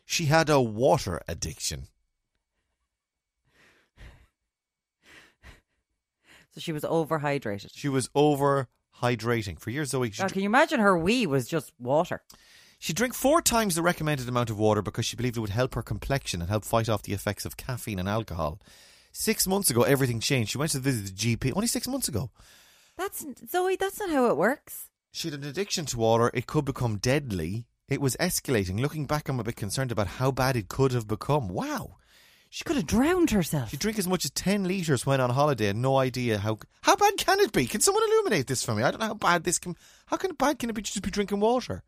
Speaker 3: She had a water addiction.
Speaker 2: So she was overhydrated.
Speaker 3: She was over hydrating. For years, Zoe, she,
Speaker 2: God, can you imagine her wee was just water?
Speaker 3: she drank four times the recommended amount of water because she believed it would help her complexion and help fight off the effects of caffeine and alcohol. Six months ago, everything changed. She went to visit the GP only six months ago.
Speaker 2: That's Zoe. That's not how it works.
Speaker 3: She had an addiction to water. It could become deadly. It was escalating. Looking back, I'm a bit concerned about how bad it could have become. Wow.
Speaker 2: She could have drowned herself.
Speaker 3: She drink as much as 10 litres when on holiday and no idea how. How bad can it be? Can someone illuminate this for me? I don't know how bad this can. How can bad can it be to just be drinking water?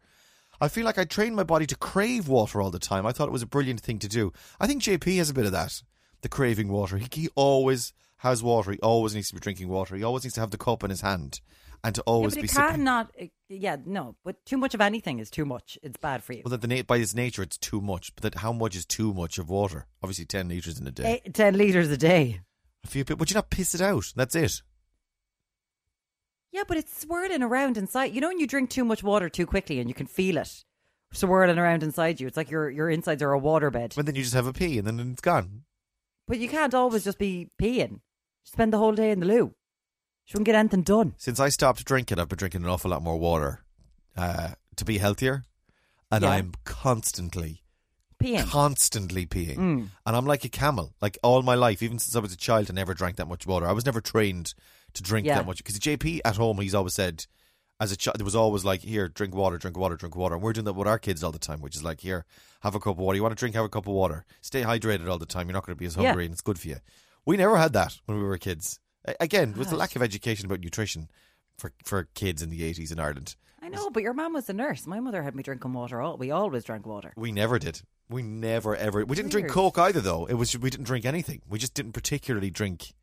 Speaker 3: I feel like I trained my body to crave water all the time. I thought it was a brilliant thing to do. I think JP has a bit of that. The craving water. He, he always has water. He always needs to be drinking water. He always needs to have the cup in his hand and to
Speaker 2: yeah,
Speaker 3: always
Speaker 2: but
Speaker 3: be
Speaker 2: it
Speaker 3: sipping-
Speaker 2: cannot. It, yeah, no. But too much of anything is too much. It's bad for you.
Speaker 3: Well, that the na- by its nature, it's too much. But that how much is too much of water? Obviously, ten liters in a day.
Speaker 2: Eight, Eh, Ten liters a day.
Speaker 3: A few people. Would you not piss it out? That's it.
Speaker 2: Yeah, but it's swirling around inside. You know when you drink too much water too quickly and you can feel it swirling around inside you. It's like your your insides are a waterbed.
Speaker 3: But then you just have a pee, and then it's gone.
Speaker 2: But you can't always just be peeing. Spend the whole day in the loo. She wouldn't get anything done.
Speaker 3: Since I stopped drinking, I've been drinking an awful lot more water uh, to be healthier, and
Speaker 2: Yeah.
Speaker 3: I'm constantly,
Speaker 2: Peeing.
Speaker 3: constantly peeing.
Speaker 2: Mm.
Speaker 3: And I'm like a camel. Like all my life, even since I was a child, I never drank that much water. I was never trained to drink
Speaker 2: Yeah.
Speaker 3: that much. Because JP at home, he's always said, as a child, there was always like, here, drink water, drink water, drink water. And we're doing that with our kids all the time, which is like, here, have a cup of water. You want to drink, have a cup of water. Stay hydrated all the time. You're not going to be as
Speaker 2: Yeah.
Speaker 3: hungry, and it's good for you. We never had that when we were kids. A- Again, with the lack of education about nutrition for, for kids in the 80s in Ireland.
Speaker 2: I know, but your mom was a nurse. My mother had me drinking water. All we always drank water.
Speaker 3: We never did. We never ever. We didn't drink
Speaker 2: Weird.
Speaker 3: Coke either, though. It was we didn't drink anything. We just didn't particularly drink.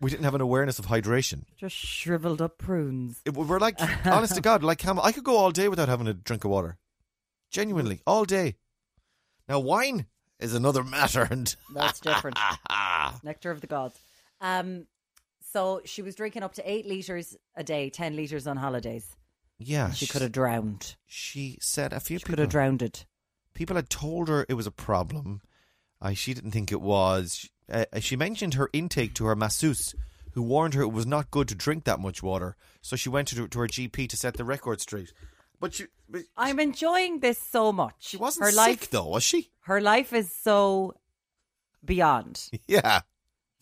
Speaker 3: We didn't have an awareness of hydration.
Speaker 2: Just shriveled up prunes.
Speaker 3: It, we
Speaker 2: (laughs)
Speaker 3: we're like, honest to God, like camel. I could go all day without having a drink of water. Genuinely, all day. Now wine is another (laughs) matter, and
Speaker 2: That's
Speaker 3: (laughs)
Speaker 2: different. Nectar of the gods. Um, so she was drinking up to eight liters a day, ten liters on holidays.
Speaker 3: yeah,
Speaker 2: She could have drowned.
Speaker 3: She said a few
Speaker 2: She could
Speaker 3: people.
Speaker 2: have drowned it.
Speaker 3: people had told her it was a problem. I, she didn't think it was. She, uh, she mentioned her intake to her masseuse, who warned her it was not good to drink that much water. So she went to, to her GP to set the record straight. But she, but
Speaker 2: I'm enjoying this so much.
Speaker 3: she wasn't
Speaker 2: her
Speaker 3: sick,
Speaker 2: life.
Speaker 3: though, was she? (laughs)
Speaker 2: Her life is so beyond.
Speaker 3: Yeah.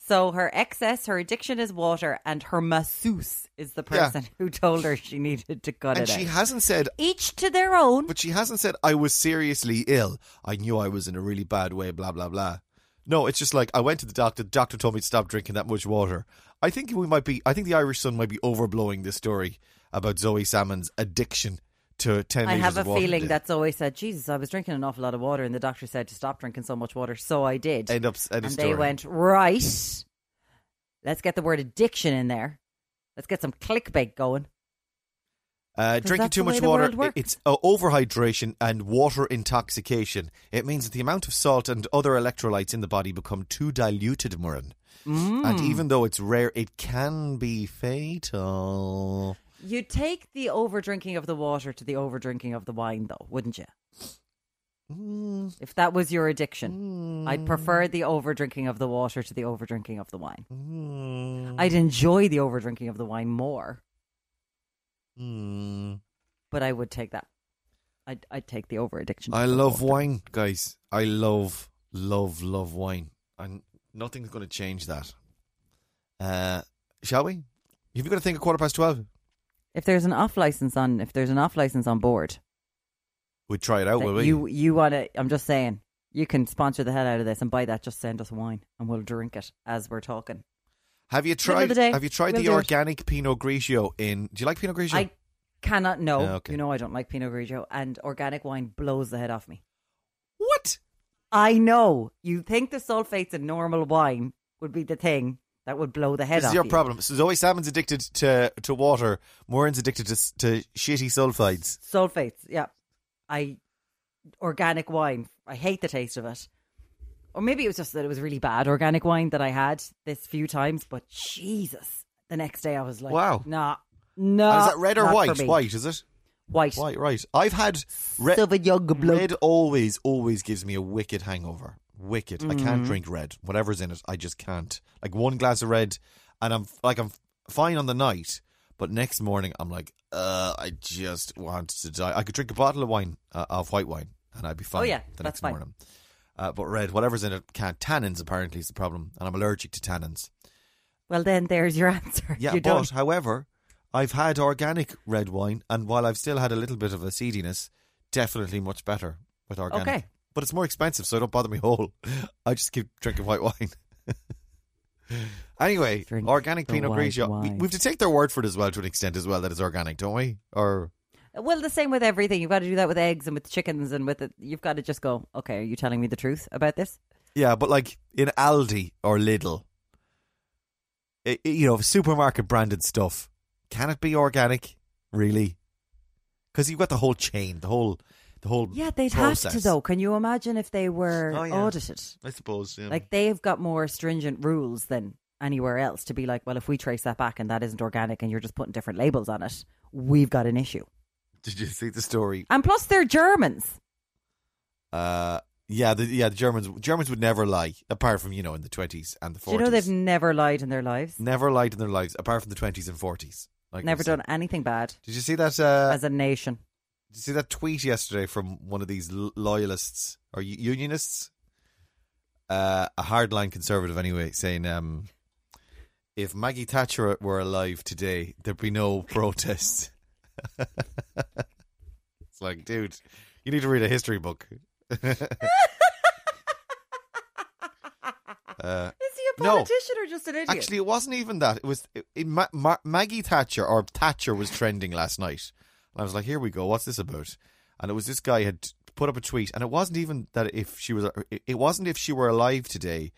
Speaker 2: So her excess, her addiction is water, and her masseuse is the
Speaker 3: Yeah.
Speaker 2: person who told her she needed to cut
Speaker 3: and
Speaker 2: it
Speaker 3: she
Speaker 2: out.
Speaker 3: hasn't said,
Speaker 2: Each to their own.
Speaker 3: but she hasn't said, I was seriously ill. I knew I was in a really bad way, blah, blah, blah. No, it's just like, I went to the doctor. The doctor told me to stop drinking that much water. I think we might be, I think the Irish Sun might be overblowing this story about Zoe Salmon's addiction to 10
Speaker 2: I
Speaker 3: litres
Speaker 2: have a
Speaker 3: of water
Speaker 2: feeling
Speaker 3: day.
Speaker 2: that's always said, Jesus, I was drinking an awful lot of water, and the doctor said to stop drinking so much water, so I did.
Speaker 3: End up, end of
Speaker 2: and
Speaker 3: story.
Speaker 2: they went, Right, let's get the word addiction in there. Let's get some clickbait going.
Speaker 3: Uh,
Speaker 2: 'Cause
Speaker 3: drinking
Speaker 2: that's
Speaker 3: too
Speaker 2: the
Speaker 3: much
Speaker 2: way the
Speaker 3: water,
Speaker 2: world works.
Speaker 3: it's uh, overhydration and water intoxication. It means that the amount of salt and other electrolytes in the body become too diluted, Marin.
Speaker 2: Hmm.
Speaker 3: And
Speaker 2: Mm.
Speaker 3: even though it's rare, it can be fatal.
Speaker 2: You take the over drinking of the water to the over drinking of the wine, though, wouldn't you?
Speaker 3: Mm,
Speaker 2: If that was your addiction, I'd prefer the over drinking of the water to the over drinking of the wine.
Speaker 3: mm,
Speaker 2: I'd enjoy the over drinking of the wine more,
Speaker 3: mm.
Speaker 2: but I would take that. I'd, I'd take the over addiction.
Speaker 3: I love wine, guys. I love, love, love wine. And nothing's going to change that. Uh, shall we? You've got to think a quarter past 12.
Speaker 2: If there's an off license on, if there's an off license on board,
Speaker 3: We'd try it out,
Speaker 2: that
Speaker 3: Oh, will we?
Speaker 2: Uh, you you want to? I'm just saying, you can sponsor the hell out of this and buy that. Just send us wine, and we'll drink it as we're talking.
Speaker 3: Have you
Speaker 2: Middle of
Speaker 3: tried?
Speaker 2: the day.
Speaker 3: Have you tried
Speaker 2: We'll
Speaker 3: the
Speaker 2: do it.
Speaker 3: organic Pinot Grigio? In do you like Pinot Grigio?
Speaker 2: I cannot know.
Speaker 3: Yeah, Oh, okay.
Speaker 2: You know, I don't like Pinot Grigio, and organic wine blows the head off me.
Speaker 3: what?
Speaker 2: I know. You think the sulfates in normal wine would be the thing that would blow the head
Speaker 3: This
Speaker 2: off
Speaker 3: is your
Speaker 2: you.
Speaker 3: problem. So Zoe Salmon's addicted to to water. Moran's addicted to s- to shitty sulfides.
Speaker 2: Sulfates, yeah. I organic wine. I hate the taste of it. Or maybe it was just that it was really bad organic wine that I had this few times, but Jesus. The next day I was like,
Speaker 3: Wow.
Speaker 2: Nah. No.
Speaker 3: and is that red or
Speaker 2: Uh, not for
Speaker 3: white?
Speaker 2: me.
Speaker 3: White is it?
Speaker 2: White.
Speaker 3: White, right. I've had red.
Speaker 2: Sauvignon Blanc.
Speaker 3: Red always always gives me a wicked hangover. Wicked. I
Speaker 2: Mm.
Speaker 3: can't drink red. Whatever's in it, I just can't. Like one glass of red, and I'm like I'm fine on the night, but next morning I'm like, uh, I just want to die. I could drink a bottle of wine, uh, of white wine, and I'd be fine.
Speaker 2: Oh, yeah, that's
Speaker 3: the next
Speaker 2: fine.
Speaker 3: morning. Uh, but red, whatever's in it, can't. Tannins apparently is the problem, and I'm allergic to tannins.
Speaker 2: Well then there's your (laughs) answer.
Speaker 3: Yeah,
Speaker 2: you
Speaker 3: but
Speaker 2: don't
Speaker 3: however, I've had organic red wine, and while I've still had a little bit of a seediness, definitely much better with organic.
Speaker 2: Okay.
Speaker 3: but it's more expensive, so it don't bother me whole. (laughs) I just keep drinking white wine. (laughs) anyway,
Speaker 2: Drink
Speaker 3: organic
Speaker 2: the
Speaker 3: Pinot
Speaker 2: white
Speaker 3: Grigio. We-
Speaker 2: wine.
Speaker 3: We have to take their word for it as well, to an extent, as well, that it's organic, don't we? Or
Speaker 2: Well, the same with everything. You've got to do that with eggs and with chickens and with it. You've got to just go, okay, are you telling me the truth about this?
Speaker 3: yeah, but like in Aldi or Lidl, i- i- you know, supermarket branded stuff. Can it be organic? Really? Because you've got the whole chain, the whole, the whole.
Speaker 2: Yeah, they'd have to,
Speaker 3: process.
Speaker 2: though. Can you imagine if they were
Speaker 3: Oh, yeah.
Speaker 2: audited?
Speaker 3: I suppose. Yeah.
Speaker 2: Like, they've got more stringent rules than anywhere else to be like, well, if we trace that back and that isn't organic and you're just putting different labels on it, we've got an issue.
Speaker 3: did you see the story?
Speaker 2: And plus, they're Germans.
Speaker 3: Uh, yeah, the, yeah. The Germans Germans would never lie, apart from you know in the twenties and the
Speaker 2: Do
Speaker 3: forties.
Speaker 2: you know they've never lied in their lives?
Speaker 3: never lied in their lives, apart from the twenties and forties. Like
Speaker 2: never
Speaker 3: we said.
Speaker 2: done anything bad
Speaker 3: Did you see that? Uh,
Speaker 2: as a nation.
Speaker 3: did you see that tweet yesterday from one of these l- loyalists or u- unionists? Uh, a hardline conservative, anyway, saying um, if Maggie Thatcher were alive today, there'd be no protests. (laughs) it's like, dude, you need to read a history book. uh,
Speaker 2: Is he a
Speaker 3: No.
Speaker 2: politician or just an idiot?
Speaker 3: Actually, it wasn't even that. It was it, it- Ma- Ma- Maggie Thatcher or Thatcher was trending last night, and I was like, "Here we go. What's this about?" And it was this guy had put up a tweet, and it wasn't even that if she was, it- it wasn't if she were alive today.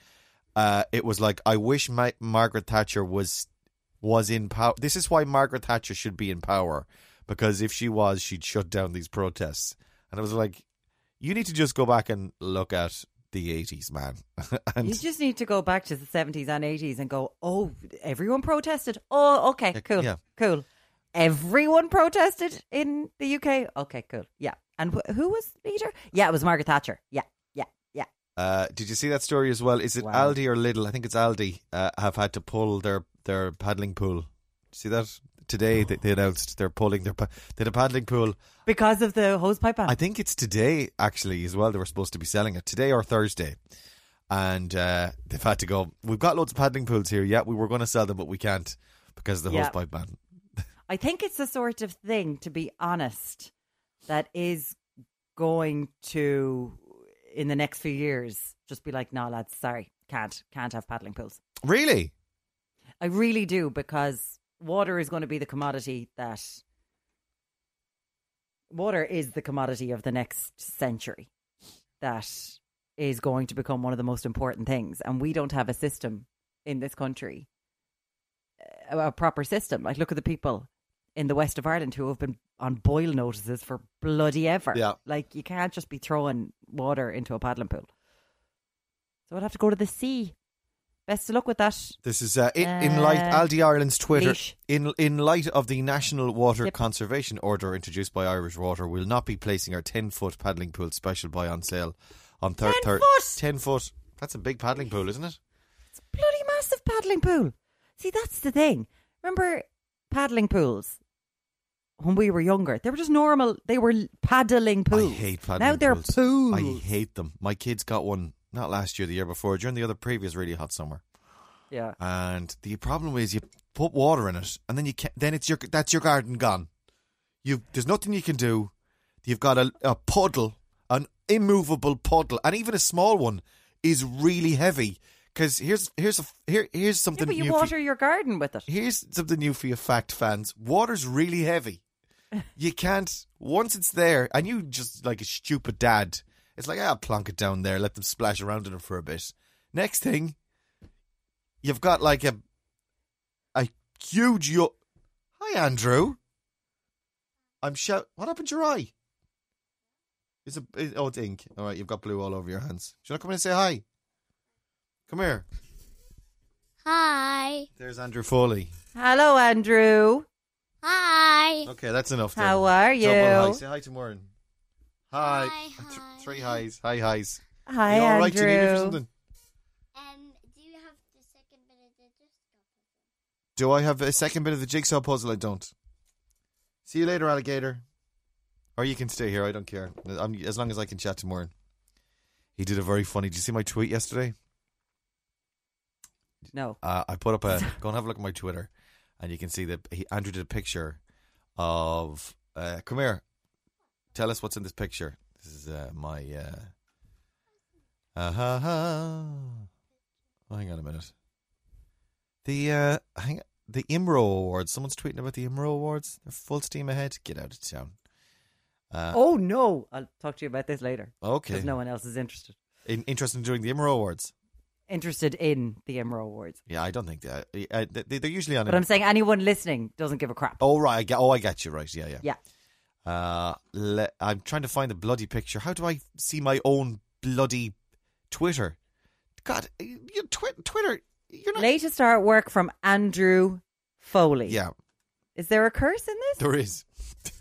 Speaker 3: Uh, it was like, "I wish Ma- Margaret Thatcher was was in power." This is why Margaret Thatcher should be in power, because if she was, she'd shut down these protests. And I was like, "You need to just go back and look at." The eighties, man, (laughs) and
Speaker 2: you just need to go back to the 70s and 80s and go, oh, everyone protested. Oh, okay,
Speaker 3: Yeah,
Speaker 2: cool,
Speaker 3: yeah.
Speaker 2: cool. Everyone protested in the UK. Okay, cool. Yeah. And wh- who was leader? Yeah, it was Margaret Thatcher. Yeah, yeah, yeah.
Speaker 3: Uh, did you see that story as well? Is it
Speaker 2: Wow.
Speaker 3: Aldi or Lidl? I think it's Aldi. Uh, have had to pull their their paddling pool. See that
Speaker 2: Oh.
Speaker 3: today they, they announced they're pulling their pa- they had a paddling pool.
Speaker 2: Because of the hose pipe ban.
Speaker 3: I think it's today actually as well. They were supposed to be selling it today or Thursday, and uh, they've had to go. We've got loads of paddling pools here. Yeah, we were going to sell them, but we can't because of the
Speaker 2: Yeah.
Speaker 3: hosepipe ban.
Speaker 2: I think it's the sort of thing, to be honest, that is going to, in the next few years, just be like, no, lads, sorry, can't, can't have paddling pools.
Speaker 3: Really?
Speaker 2: I really do because water is going to be the commodity that water is the commodity of the next century that is going to become one of the most important things and we don't have a system in this country a a proper system like look at the people in the west of Ireland who have been on boil notices for bloody ever
Speaker 3: Yeah.
Speaker 2: like you can't just be throwing water into a paddling pool so I'd have to go to the sea best of luck with that
Speaker 3: This is uh, in, in light
Speaker 2: Uh,
Speaker 3: Aldi Ireland's Twitter.
Speaker 2: leash.
Speaker 3: In in light of the National Water
Speaker 2: Yep.
Speaker 3: Conservation Order introduced by Irish Water, we'll not be placing our ten foot paddling pool special buy on sale on third
Speaker 2: 10
Speaker 3: thir-
Speaker 2: foot?
Speaker 3: Ten foot. That's a big paddling pool, isn't it?
Speaker 2: bloody massive paddling pool. See, that's the thing. Remember paddling pools when we were younger? They were just normal. They were l- paddling pools.
Speaker 3: I hate paddling
Speaker 2: Now they're
Speaker 3: pools.
Speaker 2: pools.
Speaker 3: I hate them. My kids got one not last year, the year before, during the other previous really hot summer.
Speaker 2: yeah.
Speaker 3: And the problem is, you put water in it, and then you can Then it's your that's your garden gone. You there's nothing you can do. You've got a, a puddle, an immovable puddle, and even a small one is really heavy. Because here's here's a, here here's
Speaker 2: yeah,
Speaker 3: something
Speaker 2: but you
Speaker 3: new for-
Speaker 2: water your garden with it.
Speaker 3: here's something new for you fact fans. Water's really heavy. You can't once it's there, and you just like a stupid dad. It's like ah, plonk it down there, let them splash around in it for a bit. Next thing, you've got like a a huge. Yo- Hi, Andrew. I'm shout. What happened to your eye? It's a it, oh, it's ink. All right, you've got blue all over your hands. Should I come in and say hi? Come here.
Speaker 9: Hi.
Speaker 3: There's Andrew Foley.
Speaker 2: Hello, Andrew.
Speaker 9: Hi.
Speaker 3: Okay, that's enough. Then.
Speaker 2: How are you?
Speaker 3: Double hi. Say hi to Warren. Hi.
Speaker 9: Hi,
Speaker 3: Th-
Speaker 9: hi.
Speaker 3: three highs. Hi highs.
Speaker 2: Hi,
Speaker 3: you all right? Do you need it or
Speaker 2: Andrew.
Speaker 3: something?
Speaker 9: Um, do you have the second bit of the disco?
Speaker 3: Do I have a second bit of the jigsaw puzzle? I don't. See you later, alligator. Or you can stay here. I don't care. I'm, as long as I can chat to Warren. He did a very funny. Did you see my tweet yesterday?
Speaker 2: No.
Speaker 3: Uh, I put
Speaker 2: (laughs)
Speaker 3: up a go and have a look at my Twitter, and you can see that he, Andrew did a picture of. Uh, come here, tell us what's in this picture. This is uh, my uh, Ah, ha, ha. Oh, hang on a minute. The uh, hang the Imro Awards. Someone's tweeting about the Imro Awards. They're full steam ahead. Get out of town. Uh,
Speaker 2: oh no! I'll talk to you about this later.
Speaker 3: Okay.
Speaker 2: Because no one else is interested.
Speaker 3: in, interested in doing the Imro Awards.
Speaker 2: Interested in the Emerald Awards.
Speaker 3: Yeah, I don't think that. Uh, they, they're usually on.
Speaker 2: But
Speaker 3: in-
Speaker 2: I'm saying anyone listening doesn't give a crap.
Speaker 3: oh right, I get. Oh, I get you right. Yeah,
Speaker 2: Yeah.
Speaker 3: yeah. Uh, le- I'm trying to find the bloody picture. How do I see my own bloody Twitter? God, you twi- Twitter. You're not.
Speaker 2: Latest artwork from Andrew Foley.
Speaker 3: Yeah,
Speaker 2: Is there a curse in this?
Speaker 3: there is.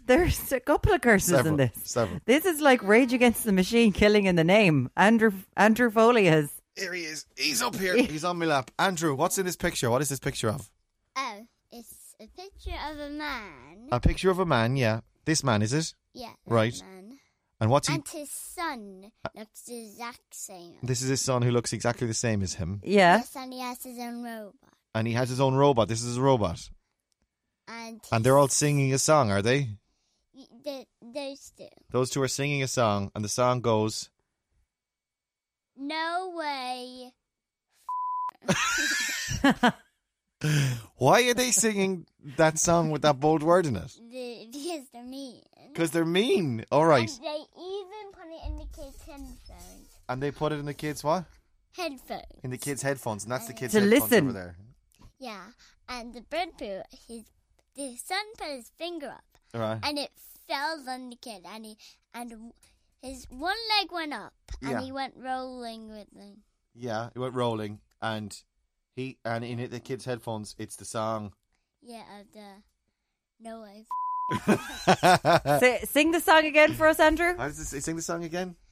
Speaker 2: There's a couple of curses
Speaker 3: Several,
Speaker 2: in this.
Speaker 3: several.
Speaker 2: This is like Rage Against the Machine killing in the name. Andrew Andrew Foley has
Speaker 3: Here he is. He's up here. He's on my lap. Andrew, what's in this picture? What is this picture of?
Speaker 9: Oh, it's a picture of a man.
Speaker 3: A picture of a man. Yeah, this man is it?
Speaker 9: yeah. that
Speaker 3: right.
Speaker 9: Man.
Speaker 3: And what's he?
Speaker 9: And his son looks the exact same.
Speaker 3: this is his son who looks exactly the same as him,
Speaker 2: yeah.
Speaker 9: Yes, and he has his own robot.
Speaker 3: and he has his own robot. This is his robot,
Speaker 9: And,
Speaker 3: and they're all singing a song, are they?
Speaker 9: he- th- those two.
Speaker 3: Those two are singing a song, and the song goes.
Speaker 9: No way.
Speaker 3: Why are they singing that song with that bold word in it?
Speaker 9: The, (laughs) because they're mean.
Speaker 3: Because they're mean. All right,
Speaker 9: And they even put it in the kids' headphones.
Speaker 3: and they put it in the kids' what?
Speaker 9: Headphones.
Speaker 3: In the kids' headphones, and that's the kids'
Speaker 2: To
Speaker 3: headphones
Speaker 2: listen.
Speaker 3: over there.
Speaker 9: Yeah. And the bird poo, his, the son put his finger up.
Speaker 3: All right.
Speaker 9: and it fell on the kid, and he and his one leg went up, and
Speaker 3: Yeah.
Speaker 9: he went rolling with them.
Speaker 3: Yeah, it went rolling, and he and in it, the kids' headphones, it's the (laughs) song.
Speaker 9: Yeah, of the no way.
Speaker 3: How
Speaker 2: Say, sing the song again for us, Andrew.
Speaker 3: does this, you sing the song again? (laughs)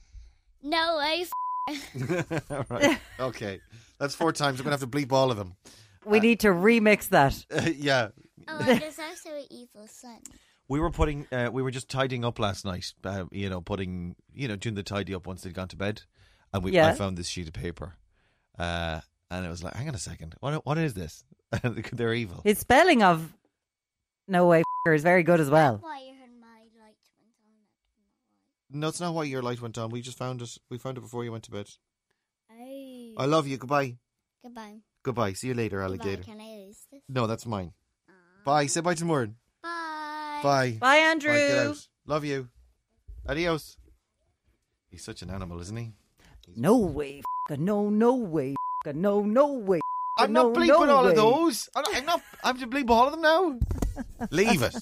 Speaker 9: No way.
Speaker 3: right. Okay, that's four times. I'm gonna have to bleep all of them. (laughs)
Speaker 2: We need to remix that.
Speaker 3: yeah,
Speaker 9: Oh, and there's also an evil son.
Speaker 3: we were putting, uh, we were just tidying up last night. Uh, you know, putting, you know, doing the tidy up once they'd gone to bed, and we, I
Speaker 2: Yeah.
Speaker 3: found this sheet of paper, uh, and it was like, hang on a second, what, what is this? (laughs) They're evil.
Speaker 2: His spelling of No Way F***er is very good as well.
Speaker 9: Why you heard my light went on?
Speaker 3: No, it's not why your light went on. We just found it. We found it before you went to bed.
Speaker 9: Oh.
Speaker 3: I love you. Goodbye.
Speaker 9: Goodbye.
Speaker 3: Goodbye. See you later,
Speaker 9: Goodbye.
Speaker 3: alligator.
Speaker 9: Can I use this?
Speaker 3: No, that's mine. Bye. Say bye to Morin.
Speaker 9: Bye.
Speaker 3: Bye.
Speaker 2: Bye,
Speaker 3: Bye, get
Speaker 2: Andrew.
Speaker 3: out. Love you. Adios. He's such an animal, isn't he?
Speaker 2: No way, f***er, no, no way, f***er, no, no way. f***er,
Speaker 3: I'm
Speaker 2: no,
Speaker 3: not bleeping
Speaker 2: no
Speaker 3: all
Speaker 2: way.
Speaker 3: of those. I'm not. I'm not I have to bleep all of them now. Leave it.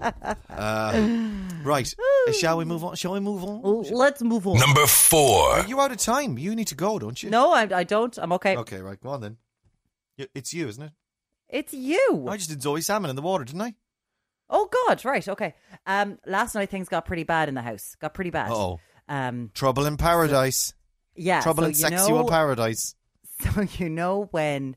Speaker 3: Uh,
Speaker 2: (laughs)
Speaker 3: right. Shall we move on? Shall we move on?
Speaker 2: Well, let's move on.
Speaker 5: Number four.
Speaker 3: You're out of time. You need to go, don't you?
Speaker 2: No, I, I don't. I'm okay.
Speaker 3: Okay, right. Go on then. Y- It's you, isn't it?
Speaker 2: It's you.
Speaker 3: I just did Zoe Salmon in the water, didn't I?
Speaker 2: Oh God, right, okay. Um, last night things got pretty bad in the house. Got pretty bad.
Speaker 3: Uh-oh.
Speaker 2: Um,
Speaker 3: Trouble in Paradise.
Speaker 2: yeah.
Speaker 3: Trouble
Speaker 2: so
Speaker 3: in
Speaker 2: you
Speaker 3: Sexual
Speaker 2: know,
Speaker 3: Paradise.
Speaker 2: (laughs) So you know when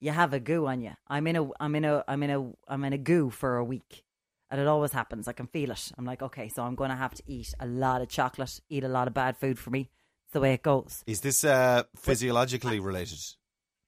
Speaker 2: you have a goo on you. I'm in a, I'm in a, I'm in a, I'm in a goo for a week, and it always happens. I can feel it. I'm like, okay, so I'm going to have to eat a lot of chocolate, eat a lot of bad food for me. It's the way it goes.
Speaker 3: Is this uh, physiologically related?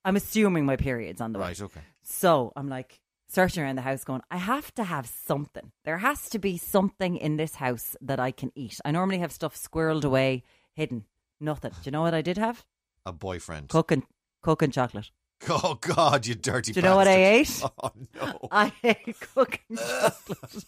Speaker 2: I'm assuming my period's on the way.
Speaker 3: Right, okay.
Speaker 2: So I'm like searching around the house, going, I have to have something. There has to be something in this house that I can eat. I normally have stuff squirreled away, hidden. Nothing. Do you know what I did have?
Speaker 3: A boyfriend.
Speaker 2: Cooking, cooking chocolate.
Speaker 3: (laughs) Oh God, you dirty.
Speaker 2: Do you know what I ate?
Speaker 3: bastard. (laughs) Oh
Speaker 2: I ate (laughs) cooking chocolate.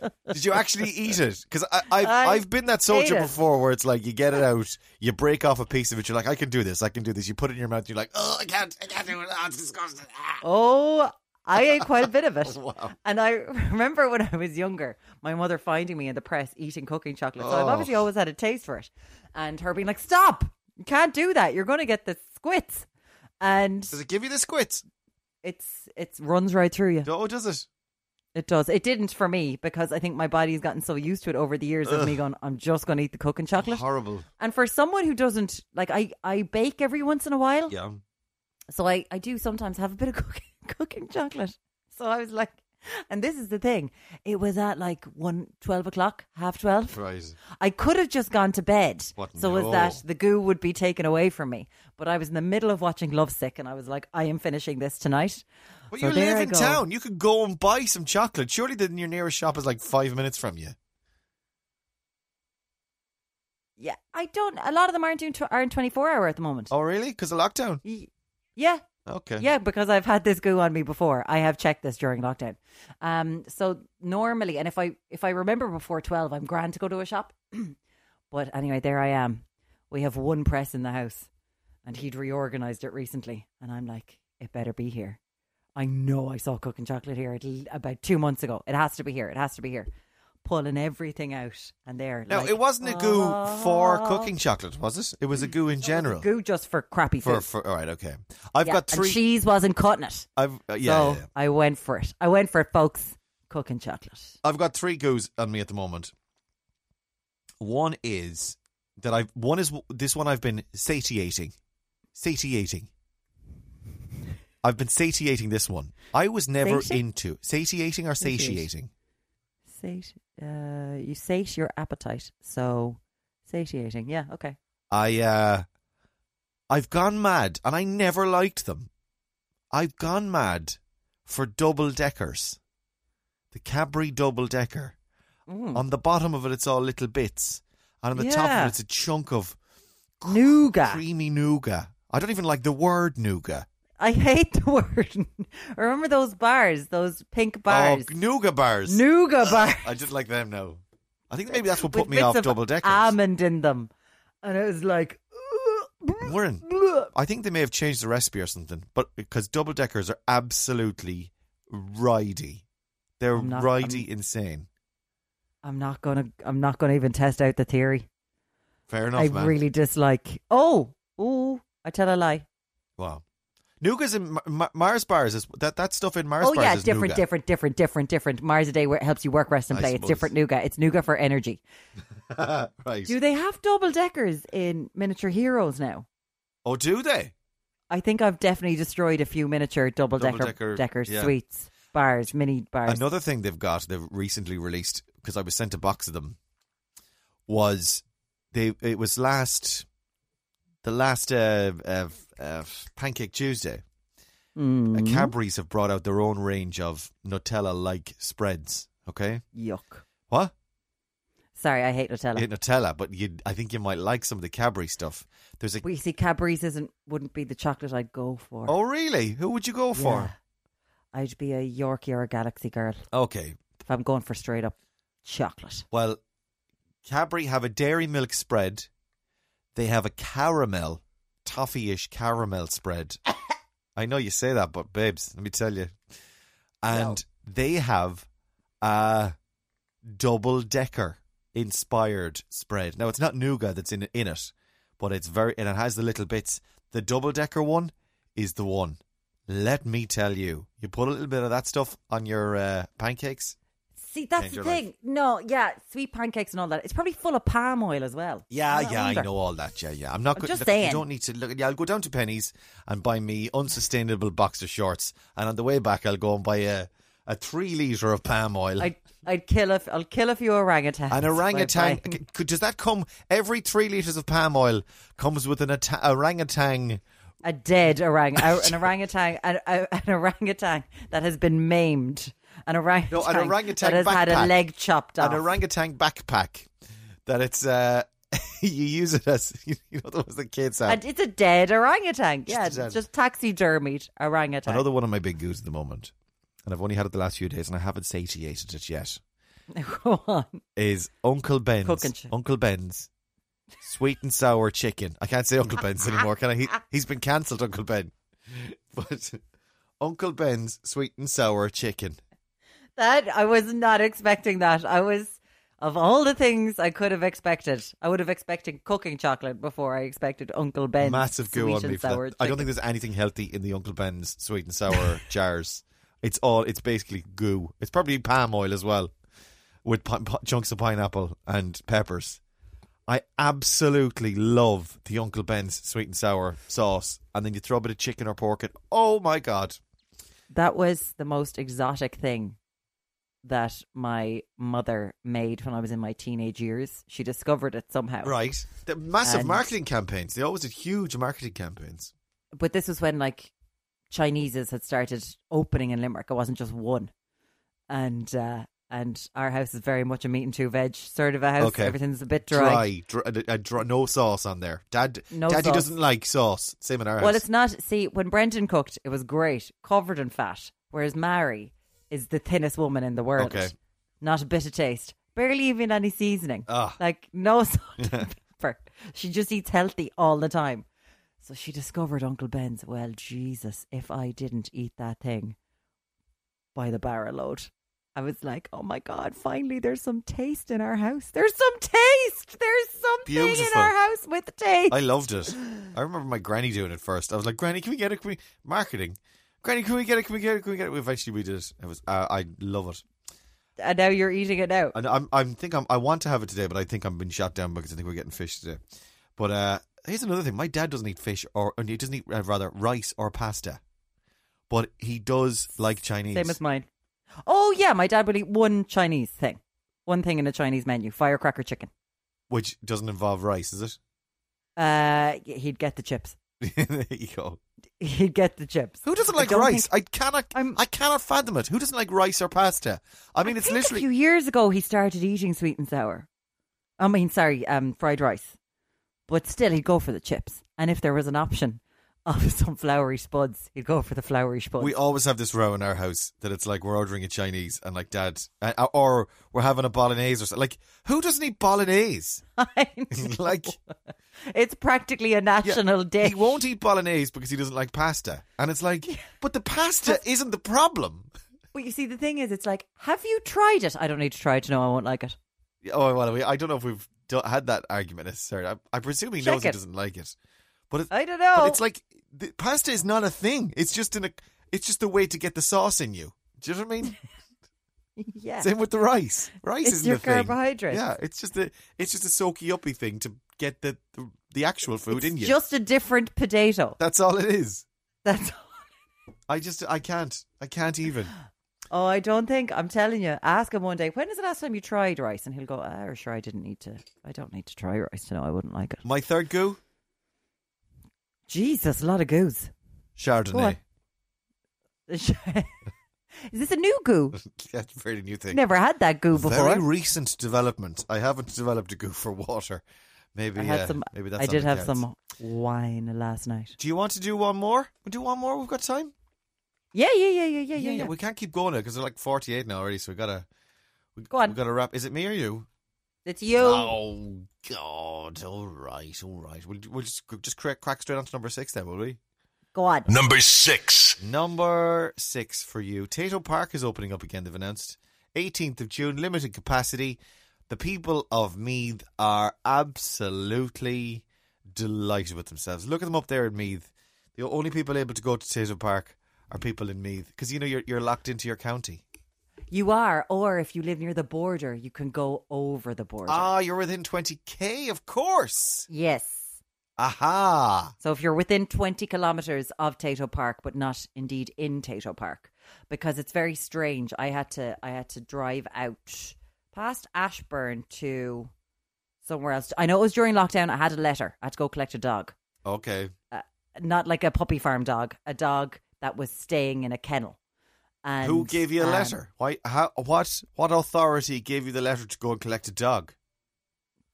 Speaker 3: no! Did
Speaker 2: (laughs)
Speaker 3: you actually eat it? Because I, I've
Speaker 2: I
Speaker 3: I've been that soldier
Speaker 2: ate it.
Speaker 3: before, where it's like you get it out, you break off a piece of it, you're like, I can do this, I can do this. You put it in your mouth, you're like, oh, I can't, I can't do it. Oh, it's disgusting. Ah.
Speaker 2: Oh, I ate quite a bit
Speaker 3: (laughs)
Speaker 2: of it.
Speaker 3: Wow.
Speaker 2: And I (laughs) remember when I was younger, my mother finding me in the press eating cooking chocolate. So I've
Speaker 3: Oh.
Speaker 2: obviously always had a taste for it. And her being like, stop, you can't do that. You're going to get the squits. And
Speaker 3: Does it give you the squits?
Speaker 2: it's it runs right through you.
Speaker 3: Oh, does it?
Speaker 2: It does. It didn't for me because I think my body's gotten so used to it over the years of me going, I'm just going to eat the cooking chocolate.
Speaker 3: Horrible.
Speaker 2: And for someone who doesn't like, I I bake every once in a while,
Speaker 3: Yeah.
Speaker 2: so I I do sometimes have a bit of (laughs) cooking cooking chocolate. So I was like, and this is the thing, it was at like one twelve o'clock, half twelve.
Speaker 3: Right.
Speaker 2: I could have just gone to bed,
Speaker 3: But
Speaker 2: so
Speaker 3: no.
Speaker 2: as that the goo would be taken away from me. But I was in the middle of watching Lovesick, and I was like, I am finishing this tonight.
Speaker 3: But
Speaker 2: So
Speaker 3: you
Speaker 2: there
Speaker 3: live
Speaker 2: I
Speaker 3: in
Speaker 2: go.
Speaker 3: town. You could go and buy some chocolate. Surely, the your nearest shop is like five minutes from you.
Speaker 2: Yeah, I don't. A lot of them aren't doing tw- aren't twenty four hour at the moment.
Speaker 3: Oh, really? Because of lockdown?
Speaker 2: Y- yeah,
Speaker 3: Okay.
Speaker 2: yeah, because I've had this goo on me before. I have checked this during lockdown. Um, so normally, and if I if I remember before twelve, I'm grand to go to a shop. (clears throat) but anyway, there I am. We have one press in the house, and he'd reorganized it recently, and I'm like, it better be here. I know I saw cooking chocolate here at l- about two months ago. It has to be here. It has to be here. Pulling everything out, and there.
Speaker 3: Now,
Speaker 2: like,
Speaker 3: it wasn't a goo for
Speaker 2: oh,
Speaker 3: cooking chocolate, was it? It was a goo in general.
Speaker 2: goo just for crappy
Speaker 3: For,
Speaker 2: food.
Speaker 3: for all right, okay. I've
Speaker 2: Yeah,
Speaker 3: got three.
Speaker 2: And cheese wasn't cutting it.
Speaker 3: I've uh, yeah, yeah,
Speaker 2: so
Speaker 3: yeah.
Speaker 2: I went for it. I went for it, folks. Cooking chocolate.
Speaker 3: I've got three goos on me at the moment. One is that I've one is this one I've been satiating, satiating. I've been satiating this one. I was never
Speaker 2: Sati-
Speaker 3: into satiating or
Speaker 2: Satiate.
Speaker 3: satiating.
Speaker 2: Sate, uh, you sate your appetite. So satiating. Yeah. Okay.
Speaker 3: I uh I've gone mad and I never liked them. I've gone mad for double deckers. The Cadbury double decker.
Speaker 2: Mm.
Speaker 3: On the bottom of it it's all little bits. And on the top of
Speaker 2: Yeah.
Speaker 3: it it's a chunk of
Speaker 2: Nougat.
Speaker 3: creamy nougat. I don't even like the word nougat.
Speaker 2: I hate the (laughs) word. Remember those bars? Those pink bars.
Speaker 3: Oh, nougat bars.
Speaker 2: nougat bars.
Speaker 3: I just like them now. I think maybe that's what put
Speaker 2: with
Speaker 3: me
Speaker 2: bits
Speaker 3: off
Speaker 2: of
Speaker 3: double deckers.
Speaker 2: Almond in them, and it was like.
Speaker 3: Warren, I think they may have changed the recipe or something, but because double deckers are absolutely ridey, they're
Speaker 2: I'm not-
Speaker 3: ridey
Speaker 2: I'm-
Speaker 3: insane.
Speaker 2: I'm not gonna. I'm not gonna even test out the theory.
Speaker 3: Fair enough,
Speaker 2: I
Speaker 3: man.
Speaker 2: really dislike. Oh, ooh! I tell a lie.
Speaker 3: wow. Nougat's in Ma- Ma- Mars bars is that that stuff in Mars
Speaker 2: oh
Speaker 3: bars
Speaker 2: yeah,
Speaker 3: is
Speaker 2: different,
Speaker 3: nougat.
Speaker 2: different, different, different, different. Mars a day where it helps you work, rest, and
Speaker 3: I
Speaker 2: play. It's
Speaker 3: suppose.
Speaker 2: different nougat. It's nougat for energy.
Speaker 3: (laughs) right?
Speaker 2: Do they have double deckers in miniature heroes now?
Speaker 3: oh, do they?
Speaker 2: I think I've definitely destroyed a few miniature double
Speaker 3: Double-decker,
Speaker 2: decker deckers,
Speaker 3: yeah.
Speaker 2: sweets, bars, mini bars.
Speaker 3: Another thing they've got they've recently released because I was sent a box of them was they it was last the last uh, uh, uh, Pancake Tuesday.
Speaker 2: Mm,
Speaker 3: Uh, Cadbury's have brought out their own range of Nutella-like spreads. Okay,
Speaker 2: yuck.
Speaker 3: what?
Speaker 2: Sorry, I hate Nutella.
Speaker 3: Yeah, Nutella, but you, I think you might like some of the Cadbury stuff. There's a.
Speaker 2: we see Cadbury's isn't wouldn't be the chocolate I'd go for.
Speaker 3: Oh, really? Who would you go for?
Speaker 2: Yeah. I'd be a Yorkie or a Galaxy girl
Speaker 3: Okay,
Speaker 2: if I'm going for straight up chocolate.
Speaker 3: well, Cadbury have a dairy milk spread. They have a caramel, toffee-ish caramel spread. I know you say that, but babes, let me tell you. And they have a double decker inspired spread. Now it's not nougat that's in in it, but it's very and it has the little bits. The double decker one is the one. Let me tell you, you put a little bit of that stuff on your uh, pancakes.
Speaker 2: See, that's
Speaker 3: Change
Speaker 2: the
Speaker 3: your life.
Speaker 2: thing. No, yeah, sweet pancakes and all that. It's probably full of palm oil as well.
Speaker 3: Yeah,
Speaker 2: No
Speaker 3: yeah, I
Speaker 2: wonder.
Speaker 3: know all that. Yeah, yeah. I'm not
Speaker 2: I'm
Speaker 3: good.
Speaker 2: just
Speaker 3: look, You
Speaker 2: saying.
Speaker 3: don't need to look. Yeah, I'll go down to Penny's and buy me unsustainable boxer shorts, and on the way back, I'll go and buy a a three liter of palm oil.
Speaker 2: I'd, I'd kill a, I'll kill a few orangutans.
Speaker 3: An
Speaker 2: by
Speaker 3: orangutan.
Speaker 2: buying-
Speaker 3: c- c- Does that come? Every three litres of palm oil comes with an ata- orangutan.
Speaker 2: a dead orang, a-
Speaker 3: (laughs)
Speaker 2: an orangutan, an, a- an orangutan that has been maimed, an orangutan,
Speaker 3: No, an orangutan
Speaker 2: that has had a
Speaker 3: backpack.
Speaker 2: leg chopped off.
Speaker 3: An orangutan backpack. That it's. uh (laughs) You use it as. (laughs) You know, those the kids have.
Speaker 2: and it's a dead orangutan. Yeah,
Speaker 3: Just a dead-
Speaker 2: just, taxidermied orangutan.
Speaker 3: Another one of my big goos at the moment, and I've only had it the last few days, and I haven't satiated it yet.
Speaker 2: (laughs) Go on.
Speaker 3: is Uncle Ben's
Speaker 2: Cooking shit.
Speaker 3: Uncle Ben's sweet and sour chicken. I can't say Uncle Ben's anymore, can I? He, he's been cancelled, Uncle Ben. But Uncle Ben's sweet and sour chicken.
Speaker 2: That I was not expecting. That I was. Of all the things I could have expected, I would have expected cooking chocolate before I expected Uncle Ben's
Speaker 3: Massive goo
Speaker 2: sweet
Speaker 3: on
Speaker 2: and
Speaker 3: me for
Speaker 2: sour
Speaker 3: that. I don't think
Speaker 2: chicken.
Speaker 3: there's anything healthy in the Uncle Ben's sweet
Speaker 2: (laughs)
Speaker 3: and sour jars. It's all it's basically goo. It's probably palm oil as well with pi- pi- chunks of pineapple and peppers. I absolutely love the Uncle Ben's sweet and sour sauce and then you throw a bit of chicken or pork in. Oh my god.
Speaker 2: That was the most exotic thing that my mother made when I was in my teenage years. She discovered it somehow.
Speaker 3: Right. The massive
Speaker 2: And-
Speaker 3: marketing campaigns. They always did huge marketing campaigns.
Speaker 2: But this was when like Chineses had started opening in Limerick. It wasn't just one. And uh, and our house is very much a meat and two veg sort of a house.
Speaker 3: Okay.
Speaker 2: Everything's a bit
Speaker 3: Dry, dry, a- a dry- no sauce on there. Dad,
Speaker 2: No
Speaker 3: Daddy
Speaker 2: sauce.
Speaker 3: doesn't like sauce. Same in our
Speaker 2: Well,
Speaker 3: house.
Speaker 2: it's not. See, when Brendan cooked, it was great, covered in fat. Whereas Mary is the thinnest woman in the world.
Speaker 3: Okay.
Speaker 2: Not a bit of taste, barely even any seasoning.
Speaker 3: Ah.
Speaker 2: Like no (laughs) salt and pepper. She just eats healthy all the time. So she discovered Uncle Ben's. Well, Jesus, if I didn't eat that thing by the barrel load. I was like, oh my God, finally there's some taste in our house. There's some taste. There's something in
Speaker 3: Beautiful.
Speaker 2: our house with taste.
Speaker 3: I loved it. I remember my granny doing it first. I was like, Granny, can we get it? Can we marketing? Granny, can we get it? Can we get it? Can we get it? Eventually, we did it. It was. Uh, I love it.
Speaker 2: and now you're eating it out.
Speaker 3: And I'm. I'm think I'm. I want to have it today, but I think I'm been shot down because I think we're getting fish today. But uh here's another thing. My dad doesn't eat fish, or, or he doesn't eat uh, rather rice or pasta, but he does like Chinese.
Speaker 2: Same as mine. Oh yeah, my dad would eat one Chinese thing, one thing in a Chinese menu: firecracker chicken.
Speaker 3: which doesn't involve rice, is
Speaker 2: Uh, he'd get the chips. (laughs)
Speaker 3: it? (laughs) there you go.
Speaker 2: He'd get the chips.
Speaker 3: Who doesn't
Speaker 2: I
Speaker 3: like
Speaker 2: don't
Speaker 3: rice?
Speaker 2: think-
Speaker 3: I cannot.
Speaker 2: I'm-
Speaker 3: I cannot fathom it. Who doesn't like rice or pasta? I mean,
Speaker 2: I
Speaker 3: it's
Speaker 2: think
Speaker 3: literally
Speaker 2: a few years ago he started eating sweet and sour. I mean, sorry, um, fried rice. But still, he'd go for the chips, and if there was an option of (laughs) some flowery spuds, he'd go for the flowery spuds.
Speaker 3: We always have this row in our house that it's like we're ordering a Chinese and like dad, uh, or we're having a bolognese or something. Like who doesn't eat bolognese?
Speaker 2: (laughs) I know.
Speaker 3: like
Speaker 2: it's practically a
Speaker 3: yeah,
Speaker 2: national dish.
Speaker 3: he won't eat bolognese because he doesn't like pasta, and it's like, but the pasta isn't the problem.
Speaker 2: Well, you see, the thing is, it's like, have you tried it? I don't need to try it to know I won't like it.
Speaker 3: Oh well, we, I don't know if we've do- had that argument necessarily. I, I presume he
Speaker 2: Check
Speaker 3: knows
Speaker 2: it.
Speaker 3: he doesn't like it, but it,
Speaker 2: I don't know.
Speaker 3: But it's like the, pasta is not a thing. It's just in a. It's just a way to get the sauce in you. Do you know what I mean?
Speaker 2: (laughs) yeah.
Speaker 3: Same with the rice. Rice
Speaker 2: It's
Speaker 3: isn't
Speaker 2: your
Speaker 3: a thing.
Speaker 2: carbohydrates.
Speaker 3: Yeah, it's just a it's just a soaky uppy thing to get the the, the actual food in you.
Speaker 2: Just a different potato.
Speaker 3: That's all it is.
Speaker 2: That's (laughs) all.
Speaker 3: I just I can't I can't even.
Speaker 2: Oh, I don't think. I'm telling you. Ask him one day, when is the last time you tried rice? And he'll go, ah, or sure, I didn't need to. I don't need to try rice to know I wouldn't like it.
Speaker 3: My third goo,
Speaker 2: Jesus, a lot of goos. (laughs) Go on.
Speaker 3: Chardonnay.
Speaker 2: is this a new goo?
Speaker 3: (laughs) That's a very new thing.
Speaker 2: Never had that goo before.
Speaker 3: Very recent development. I haven't developed a goo for water. Maybe
Speaker 2: I had
Speaker 3: uh,
Speaker 2: some.
Speaker 3: maybe that's
Speaker 2: I
Speaker 3: on
Speaker 2: did
Speaker 3: the
Speaker 2: have
Speaker 3: cards.
Speaker 2: some wine last night.
Speaker 3: Do you want to do one more? We do one more. We've got time.
Speaker 2: Yeah, yeah, yeah, yeah, yeah, yeah. yeah.
Speaker 3: We can't keep going because they're like forty-eight now already. So we gotta. We,
Speaker 2: Go on.
Speaker 3: We gotta wrap. Is it me or you?
Speaker 2: It's you.
Speaker 3: Oh God! All right, all right. We'll, we'll just just crack, crack straight on to number six then, will we?
Speaker 2: Go on.
Speaker 5: Number six.
Speaker 3: Number six for you. Tato Park is opening up again. They've announced 18th of June, limited capacity. The people of Meath are absolutely delighted with themselves. Look at them up there in Meath. The only people able to go to Tato Park are people in Meath because you know you're you're locked into your county.
Speaker 2: You are, or if you live near the border, you can go over the border.
Speaker 3: Ah, you're within 20k, of course.
Speaker 2: yes.
Speaker 3: Aha.
Speaker 2: So if you're within 20 kilometres of Tato Park, but not indeed in Tato Park, because it's very strange. I had to I had to drive out past Ashburn to somewhere else. I know it was during lockdown. I had a letter. I had to go collect a dog,
Speaker 3: Okay.
Speaker 2: uh, not like a puppy farm dog, a dog that was staying in a kennel. And,
Speaker 3: Who gave you a
Speaker 2: um,
Speaker 3: letter? Why? How? What? What authority gave you the letter to go and collect a dog?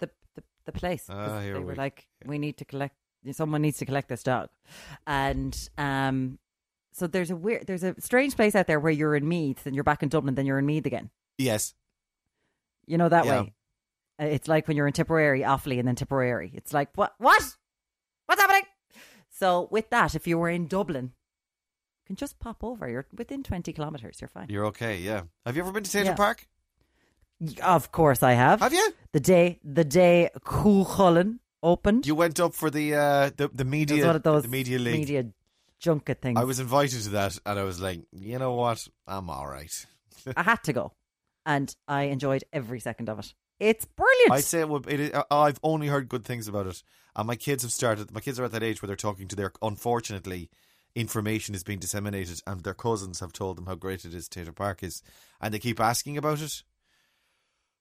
Speaker 2: the the, the place. 'cause
Speaker 3: Ah, here
Speaker 2: they
Speaker 3: we-
Speaker 2: were like, we need to collect. Someone needs to collect this dog, and um, so there's a weird, there's a strange place out there where you're in Meath and you're back in Dublin, then you're in Meath again.
Speaker 3: Yes.
Speaker 2: You know that
Speaker 3: Yeah.
Speaker 2: way. Uh, It's like when you're in Tipperary, Offaly, and then Tipperary. It's like what, what, what's happening? So with that, if you were in Dublin, you can just pop over. You're within twenty kilometers. You're fine.
Speaker 3: You're okay. Yeah. Have you ever been to Taylor
Speaker 2: Yeah.
Speaker 3: Park?
Speaker 2: Of course, I have.
Speaker 3: Have you?
Speaker 2: The day, the day Cúchulainn opened.
Speaker 3: You went up for the uh, the
Speaker 2: It
Speaker 3: the
Speaker 2: was
Speaker 3: media
Speaker 2: one of those
Speaker 3: the media league.
Speaker 2: media junket things.
Speaker 3: I was invited to that, and I was like, you know what? I'm all right.
Speaker 2: I had to go, and I enjoyed every second of it. It's brilliant.
Speaker 3: I say it would. It, is- I- I've only heard good things about it, and my kids have started. My kids are at that age where they're talking to their. Unfortunately, information is being disseminated, and their cousins have told them how great it is. Tater Park is, and they keep asking about it.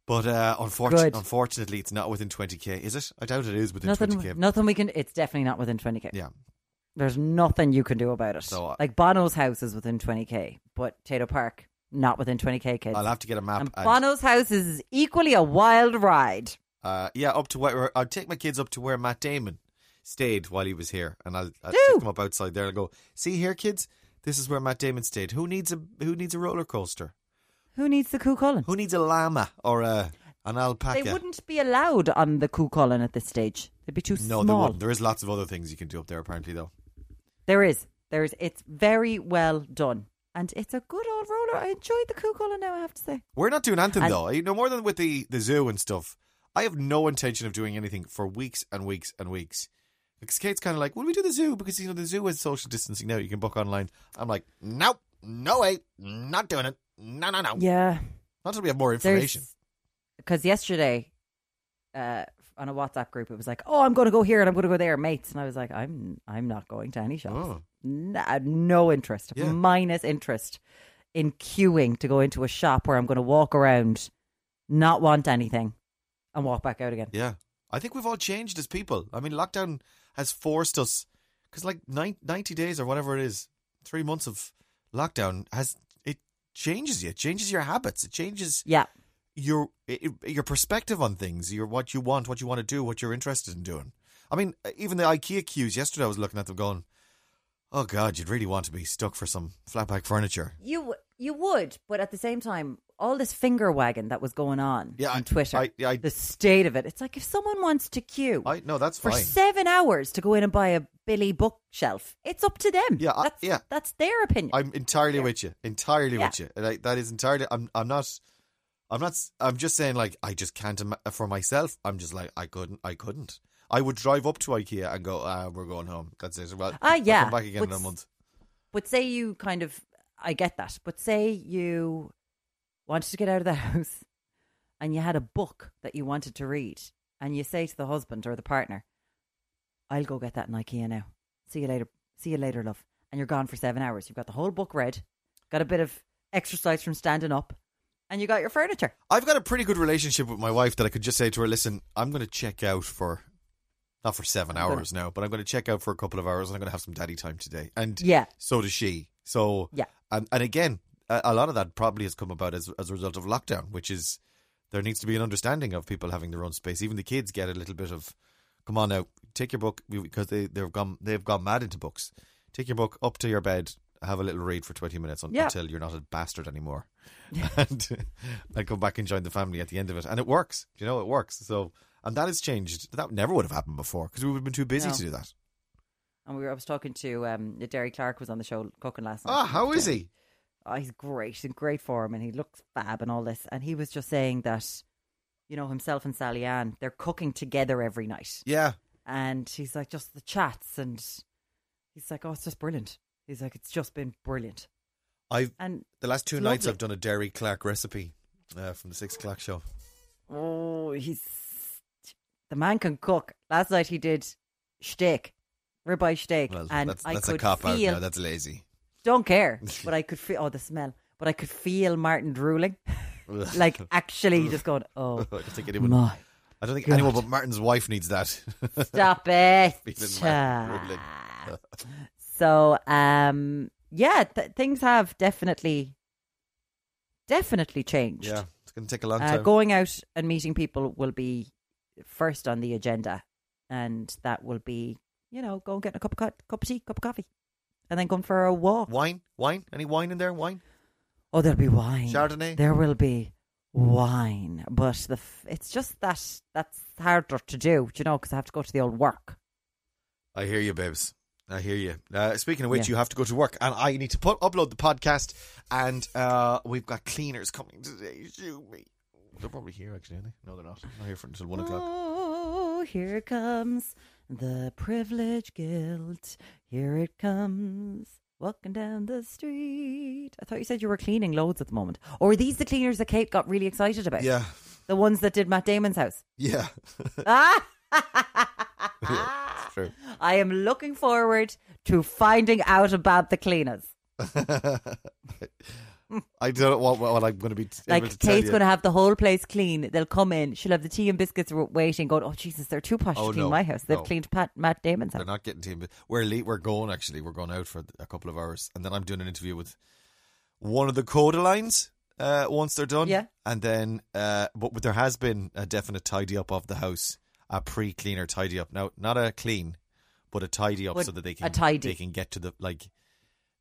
Speaker 3: But uh, unfortunately,
Speaker 2: Good.
Speaker 3: unfortunately, it's not within twenty k. Is it? I doubt it is within twenty k.
Speaker 2: nothing, nothing we can. It's definitely not within twenty k.
Speaker 3: Yeah,
Speaker 2: There's nothing you can do about it.
Speaker 3: So, uh,
Speaker 2: like Bono's house is within twenty k, but Tato Park, not within 20k kids.
Speaker 3: I'll have to get a map.
Speaker 2: and
Speaker 3: and-
Speaker 2: Bono's house is equally a wild ride.
Speaker 3: Uh, yeah, up to where I'd take my kids up to where Matt Damon stayed while he was here, and I'll, I'll
Speaker 2: Do.
Speaker 3: take them up outside there and go, "See here, kids, this is where Matt Damon stayed. Who needs a Who needs a roller coaster?
Speaker 2: Who needs the Cú Chulainn?
Speaker 3: Who needs a llama or a an alpaca?
Speaker 2: They wouldn't be allowed on the Cú Chulainn at this stage. They'd be too
Speaker 3: No, they
Speaker 2: small.
Speaker 3: wouldn't. There is lots of other things you can do up there, apparently, though.
Speaker 2: There is. There is. It's very well done. And it's a good old roller. I enjoyed the Cú Chulainn now, I have to say.
Speaker 3: We're not doing anything
Speaker 2: And-
Speaker 3: though. You know, more than with the the zoo and stuff. I have no intention of doing anything for weeks and weeks and weeks. Because Kate's kind of like, "Will we do the zoo?" Because you know the zoo has social distancing now. You can book online. I'm like, "Nope, no way, not doing it. No, no, no.
Speaker 2: Yeah.
Speaker 3: Not until we have more Oh, information."
Speaker 2: Because yesterday, uh, on a WhatsApp group, it was like, "Oh, I'm going to go here and I'm going to go there, mates," and I was like, "I'm I'm not going to any shops.
Speaker 3: Oh.
Speaker 2: N- uh, no interest.
Speaker 3: Yeah.
Speaker 2: Minus interest in queuing to go into a shop where I'm going to walk around, not want anything, and walk back out again."
Speaker 3: Yeah, I think we've all changed as people. I mean, lockdown has forced us because like nine, 90 days or whatever it is, three months of lockdown has it changes you. It changes your habits. It changes
Speaker 2: Yeah.
Speaker 3: your i- i- your perspective on things, your what you want, what you want to do, what you're interested in doing. I mean, uh, even the IKEA queues yesterday, I was looking at them going, "Oh God, you'd really want to be stuck for some flatback furniture."
Speaker 2: You w- you would, but at the same time, all this finger wagging that was going on
Speaker 3: Yeah,
Speaker 2: on
Speaker 3: I-
Speaker 2: Twitter,
Speaker 3: I- I-
Speaker 2: the state of it. It's like if someone wants to queue
Speaker 3: I no, that's
Speaker 2: for
Speaker 3: fine.
Speaker 2: seven hours to go in and buy a Billy bookshelf, it's up to them.
Speaker 3: Yeah, I-
Speaker 2: that's,
Speaker 3: yeah.
Speaker 2: that's their opinion.
Speaker 3: I'm entirely with you, entirely
Speaker 2: Yeah.
Speaker 3: with you. Like that is entirely. I'm I'm not. I'm not. s- I'm just saying, like, I just can't ima- for myself. I'm just like, I couldn't. I couldn't. I would drive up to IKEA and go, ah, we're going home. That's it. Well,
Speaker 2: Ah,
Speaker 3: I'll
Speaker 2: yeah.
Speaker 3: come back again in
Speaker 2: But
Speaker 3: a
Speaker 2: s-
Speaker 3: month.
Speaker 2: But say you kind of, I get that. But say you wanted to get out of the (laughs) house and you had a book that you wanted to read, and you say to the husband or the partner, I'll go get that in IKEA now. See you later. See you later, love. And you're gone for seven hours. You've got the whole book read, got a bit of exercise from standing up, and you got your furniture.
Speaker 3: I've got a pretty good relationship with my wife that I could just say to her, listen, I'm going to check out for not for seven
Speaker 2: I'm gonna-
Speaker 3: hours now, but I'm going to check out for a couple of hours and I'm going to have some daddy time today. And
Speaker 2: Yeah.
Speaker 3: so does she. So
Speaker 2: Yeah.
Speaker 3: and and again, a, a lot of that probably has come about as as a result of lockdown, which is there needs to be an understanding of people having their own space. Even the kids get a little bit of, come on now, take your book because they they've gone they've gone mad into books. Take your book up to your bed, have a little read for twenty minutes un-
Speaker 2: Yeah.
Speaker 3: until you're not a
Speaker 2: (laughs)
Speaker 3: bastard anymore, and (laughs) and come back and join the family at the end of it. And it works, you know, it works. So and that has changed. That never would have happened before because we would have been too busy
Speaker 2: No.
Speaker 3: to do that.
Speaker 2: And we were, I was talking to um, Derry Clark was on the show cooking last night.
Speaker 3: Ah, how is he?
Speaker 2: oh, he's great, in great form, and he looks fab and all this. And he was just saying that, you know, himself and Sally Ann, they're cooking together every night.
Speaker 3: Yeah.
Speaker 2: And he's like, just the chats. And he's like, oh, it's just brilliant. He's like, it's just been brilliant.
Speaker 3: I've
Speaker 2: And
Speaker 3: The last two
Speaker 2: It's
Speaker 3: nights
Speaker 2: lovely.
Speaker 3: I've done a Derry Clark recipe uh, from the six o'clock show.
Speaker 2: oh, he's the man can cook. Last night he did steak, ribeye steak.
Speaker 3: Well,
Speaker 2: and
Speaker 3: that's,
Speaker 2: I
Speaker 3: that's
Speaker 2: could
Speaker 3: a cop out
Speaker 2: feel,
Speaker 3: now. That's lazy.
Speaker 2: don't
Speaker 3: (laughs)
Speaker 2: care, but I could feel, oh, the smell, but I could feel Martin drooling. (laughs) like, actually, just going, oh,
Speaker 3: (laughs) I don't think anyone.
Speaker 2: my.
Speaker 3: I don't think
Speaker 2: God.
Speaker 3: anyone but Martin's wife needs that. (laughs)
Speaker 2: Stop it.
Speaker 3: Feeling mad,
Speaker 2: (laughs) so, um, yeah, th- things have definitely, definitely changed.
Speaker 3: yeah, it's going to take a long
Speaker 2: Uh,
Speaker 3: time.
Speaker 2: going out and meeting people will be first on the agenda, and that will be, you know, go and get a cup of co- cup of tea, cup of coffee, and then going for a walk.
Speaker 3: wine, wine. Any wine in there? Wine.
Speaker 2: Oh, there'll be wine.
Speaker 3: Chardonnay?
Speaker 2: There will be wine, but the f- it's just that that's harder to do, do you know, because I have to go to the old work.
Speaker 3: I hear you, babes. I hear you. Uh, speaking of which,
Speaker 2: Yeah.
Speaker 3: you have to go to work, and I need to put, upload the podcast. And uh, we've got cleaners coming today. Shoot me. They're probably here actually. Aren't they? No, they're not. They're not here for, until one o'clock.
Speaker 2: Oh, here comes the privilege guilt. Here it comes. Walking down the street. I thought you said you were cleaning loads at the moment. Or are these the cleaners that Kate got really excited about?
Speaker 3: Yeah, (laughs)
Speaker 2: The ones that did Matt Damon's house.
Speaker 3: yeah.
Speaker 2: Ah!
Speaker 3: It's true.
Speaker 2: I am looking forward to finding out about the cleaners.
Speaker 3: (laughs) I don't know what, what I'm going to be t- able
Speaker 2: Like
Speaker 3: to tell
Speaker 2: Kate's
Speaker 3: you.
Speaker 2: going to have the whole place clean. They'll come in. She'll have the tea and biscuits w- waiting. Going, oh Jesus, they're too posh
Speaker 3: Oh,
Speaker 2: to clean
Speaker 3: no.
Speaker 2: my house. They've
Speaker 3: No.
Speaker 2: cleaned Pat, Matt Damon's house.
Speaker 3: They're not getting team. We're late. We're going actually. We're going out for a couple of hours, and then I'm doing an interview with one of the coda lines uh, once they're done.
Speaker 2: Yeah.
Speaker 3: And then, uh, but there has been a definite tidy up of the house, a pre cleaner tidy up. Now, not a clean, but a tidy up
Speaker 2: What-
Speaker 3: so that they
Speaker 2: a
Speaker 3: can
Speaker 2: tidy.
Speaker 3: they can get to the like.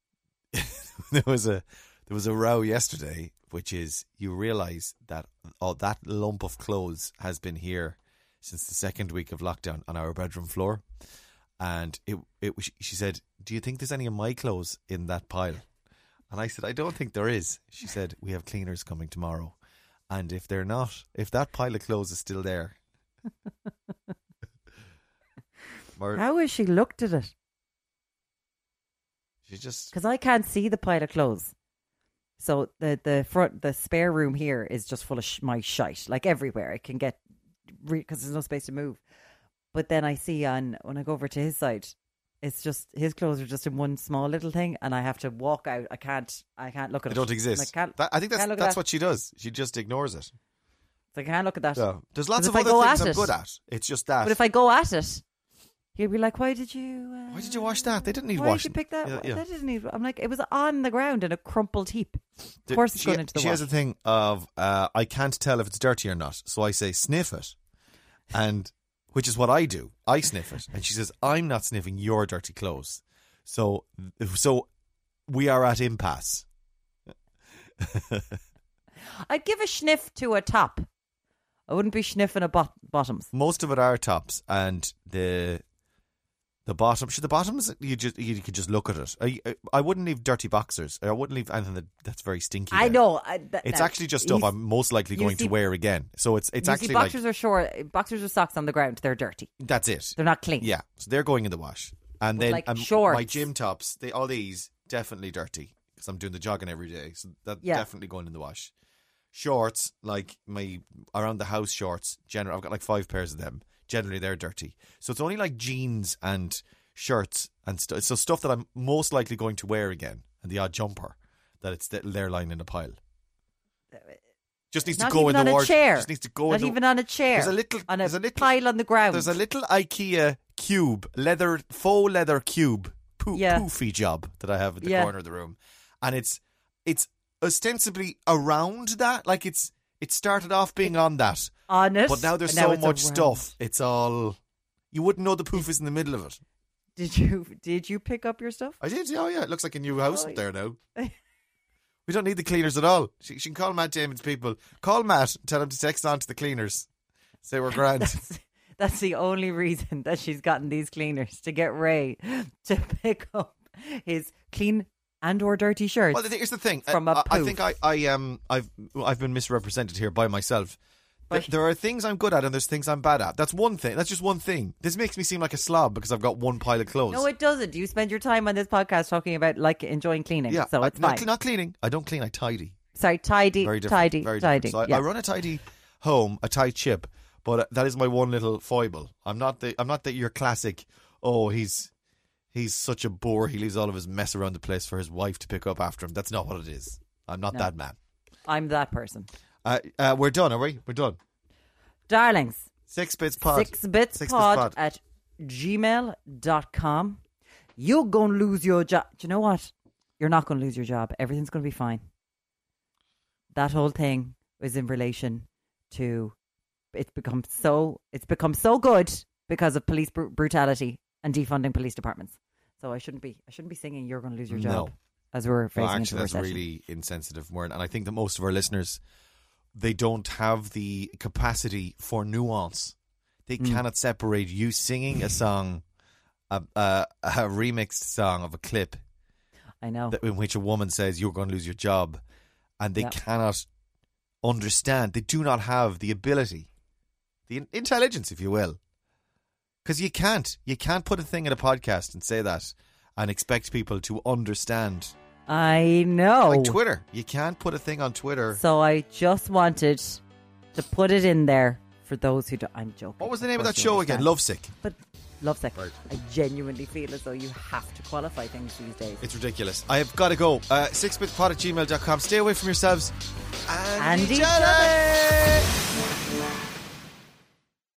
Speaker 3: (laughs) there was a there was a row yesterday, which is you realize that oh that lump of clothes has been here since the second week of lockdown on our bedroom floor, and it it was- she said, "Do you think there's any of my clothes in that pile?" And I said, I don't think there is. She said, We have cleaners coming tomorrow. And if they're not, if that pile of clothes is
Speaker 2: (laughs)
Speaker 3: still there. Mar-
Speaker 2: How has she looked at it?
Speaker 3: she just.
Speaker 2: Because I can't see the pile of clothes. So the the front the spare room here is just full of sh- my shite, like everywhere. I can get because there's no space to move. But then I see on when I go over to his side, it's just his clothes are just in one small little thing, and I have to walk out. I can't. I can't look at
Speaker 3: They
Speaker 2: it.
Speaker 3: don't
Speaker 2: I
Speaker 3: exist.
Speaker 2: can't.
Speaker 3: That- I think that's,
Speaker 2: can't look at
Speaker 3: that's
Speaker 2: that.
Speaker 3: what she does. She just ignores it.
Speaker 2: I can't look at that.
Speaker 3: Yeah. There's
Speaker 2: But
Speaker 3: lots
Speaker 2: if
Speaker 3: of
Speaker 2: I
Speaker 3: other
Speaker 2: go
Speaker 3: things
Speaker 2: at
Speaker 3: I'm
Speaker 2: it-
Speaker 3: good at. It's just that.
Speaker 2: But if I go at it, he'll be like, "Why did you? Uh,
Speaker 3: Why did you wash that? They didn't need
Speaker 2: Why
Speaker 3: washing.
Speaker 2: did you pick that?
Speaker 3: Yeah,
Speaker 2: Why-
Speaker 3: yeah.
Speaker 2: That didn't need." I'm like, it was on the ground in a crumpled heap. Of
Speaker 3: The-
Speaker 2: course, it's
Speaker 3: she,
Speaker 2: going into the
Speaker 3: she
Speaker 2: wash.
Speaker 3: has a thing of uh, I can't tell if it's dirty or not, so I say sniff it, and which is what I do. I sniff it, and she says I'm not sniffing your dirty clothes. So, so we are at impasse.
Speaker 2: I'd give a sniff to a top. I wouldn't be sniffing a bot- bottoms.
Speaker 3: Most of it are tops, and the the bottom. Should the bottoms you just you could just look at it. I I- I wouldn't leave dirty boxers. I wouldn't leave anything that, that's very stinky.
Speaker 2: I
Speaker 3: there.
Speaker 2: know. I, th-
Speaker 3: It's
Speaker 2: now,
Speaker 3: actually just stuff
Speaker 2: you-
Speaker 3: I'm most likely
Speaker 2: you
Speaker 3: going
Speaker 2: see-
Speaker 3: to wear again. So it's it's
Speaker 2: you
Speaker 3: actually
Speaker 2: see
Speaker 3: like
Speaker 2: boxers are short. Boxers or socks on the ground. They're dirty.
Speaker 3: that's it.
Speaker 2: They're not clean.
Speaker 3: Yeah, so they're going in the wash, and
Speaker 2: But,
Speaker 3: then
Speaker 2: like,
Speaker 3: um,
Speaker 2: shorts.
Speaker 3: my gym tops, they all these definitely dirty because I'm doing the jogging every day, so that
Speaker 2: Yeah.
Speaker 3: definitely going in the wash. Shorts, like my around the house shorts, general, I've got like five pairs of them. Generally, they're dirty, so it's only like jeans and shirts and stuff. So stuff that I'm most likely going to wear again, and the odd jumper that it's that they're lying in a pile. Just needs
Speaker 2: Uh, Not
Speaker 3: to go
Speaker 2: even
Speaker 3: in the
Speaker 2: on a
Speaker 3: ward-
Speaker 2: chair.
Speaker 3: Just needs to go
Speaker 2: Not
Speaker 3: in the,
Speaker 2: even on a chair.
Speaker 3: There's a little.
Speaker 2: on
Speaker 3: there's a little
Speaker 2: pile on the ground.
Speaker 3: there's a little IKEA cube, leather, faux leather cube, poo,
Speaker 2: Yeah.
Speaker 3: poofy job that I have at the
Speaker 2: Yeah.
Speaker 3: corner of the room, and it's it's ostensibly around that, like it's it started off being on that,
Speaker 2: on it.
Speaker 3: but now there's
Speaker 2: and now
Speaker 3: so
Speaker 2: it's
Speaker 3: much
Speaker 2: around.
Speaker 3: stuff, it's all you wouldn't know the poof is in the middle of it.
Speaker 2: Did you did you pick up your stuff?
Speaker 3: I did, oh yeah, it looks like a new house
Speaker 2: Oh,
Speaker 3: up there now.
Speaker 2: (laughs)
Speaker 3: We don't need the cleaners at all. She, she can call Matt Damon's people. Call Matt, tell him to text on to the cleaners. Say we're grand. (laughs)
Speaker 2: That's, (laughs) that's the only reason that she's gotten these cleaners to get Ray to (laughs) pick up his clean and or dirty shirts.
Speaker 3: Well, the thing- here's the thing. I-
Speaker 2: from a
Speaker 3: I, I
Speaker 2: poof.
Speaker 3: think I, I um I've I've been misrepresented here by myself. Th-
Speaker 2: By-
Speaker 3: There are things I'm good at and there's things I'm bad at. That's one thing. That's just one thing. This makes me seem like a slob because I've got one pile of clothes.
Speaker 2: no, it doesn't. You spend your time on this podcast talking about like enjoying cleaning.
Speaker 3: yeah,
Speaker 2: so
Speaker 3: I-
Speaker 2: it's
Speaker 3: not,
Speaker 2: fine.
Speaker 3: not cleaning. I don't clean. I tidy.
Speaker 2: Sorry, tidy,
Speaker 3: Very different.
Speaker 2: tidy,
Speaker 3: Very
Speaker 2: tidy.
Speaker 3: different. So I-
Speaker 2: yeah.
Speaker 3: I, run a tidy home, a tight ship, but uh, that is my one little foible. I'm not the I'm not the your classic. Oh, he's he's such a bore. He leaves all of his mess around the place for his wife to pick up after him. That's not what it is. I'm not
Speaker 2: No.
Speaker 3: that man.
Speaker 2: I'm that person.
Speaker 3: Uh, uh, we're done, are we? We're done.
Speaker 2: Darlings,
Speaker 3: Six bits pod.
Speaker 2: six bits
Speaker 3: Six bits
Speaker 2: pod at gmail.com. You're going to lose your job. Do you know what? You're not going to lose your job. Everything's going to be fine. That whole thing was in relation to it's become so it's become so good because of police br- brutality and defunding police departments. So I shouldn't be I shouldn't be singing "You're going to lose your job"
Speaker 3: No.
Speaker 2: as we're
Speaker 3: No,
Speaker 2: facing into
Speaker 3: actually,
Speaker 2: a
Speaker 3: that's
Speaker 2: recession.
Speaker 3: really insensitive, Warren. And I think that most of our listeners, they don't have the capacity for nuance. They
Speaker 2: Mm.
Speaker 3: cannot separate you singing a song, a, a, a remixed song of a clip
Speaker 2: I know.
Speaker 3: that, in which a woman says you're going to lose your job, and they
Speaker 2: Oh. Yeah.
Speaker 3: cannot understand. They do not have the ability, the in- intelligence, if you will, because you can't. You can't put a thing in a podcast and say that and expect people to understand.
Speaker 2: I know.
Speaker 3: Like Twitter, you can't put a thing on Twitter.
Speaker 2: Oh. So I just wanted to put it in there for those who don't. I'm joking.
Speaker 3: what was the name of
Speaker 2: course
Speaker 3: that
Speaker 2: you
Speaker 3: show again?
Speaker 2: understand.
Speaker 3: Lovesick.
Speaker 2: But Lovesick.
Speaker 3: Right.
Speaker 2: I genuinely feel as though you have to qualify things these days.
Speaker 3: It's ridiculous. I have got to go. Uh, sixbitspod at gmail.com. Stay away from yourselves and,
Speaker 2: And
Speaker 3: each
Speaker 2: each
Speaker 3: other.
Speaker 2: other.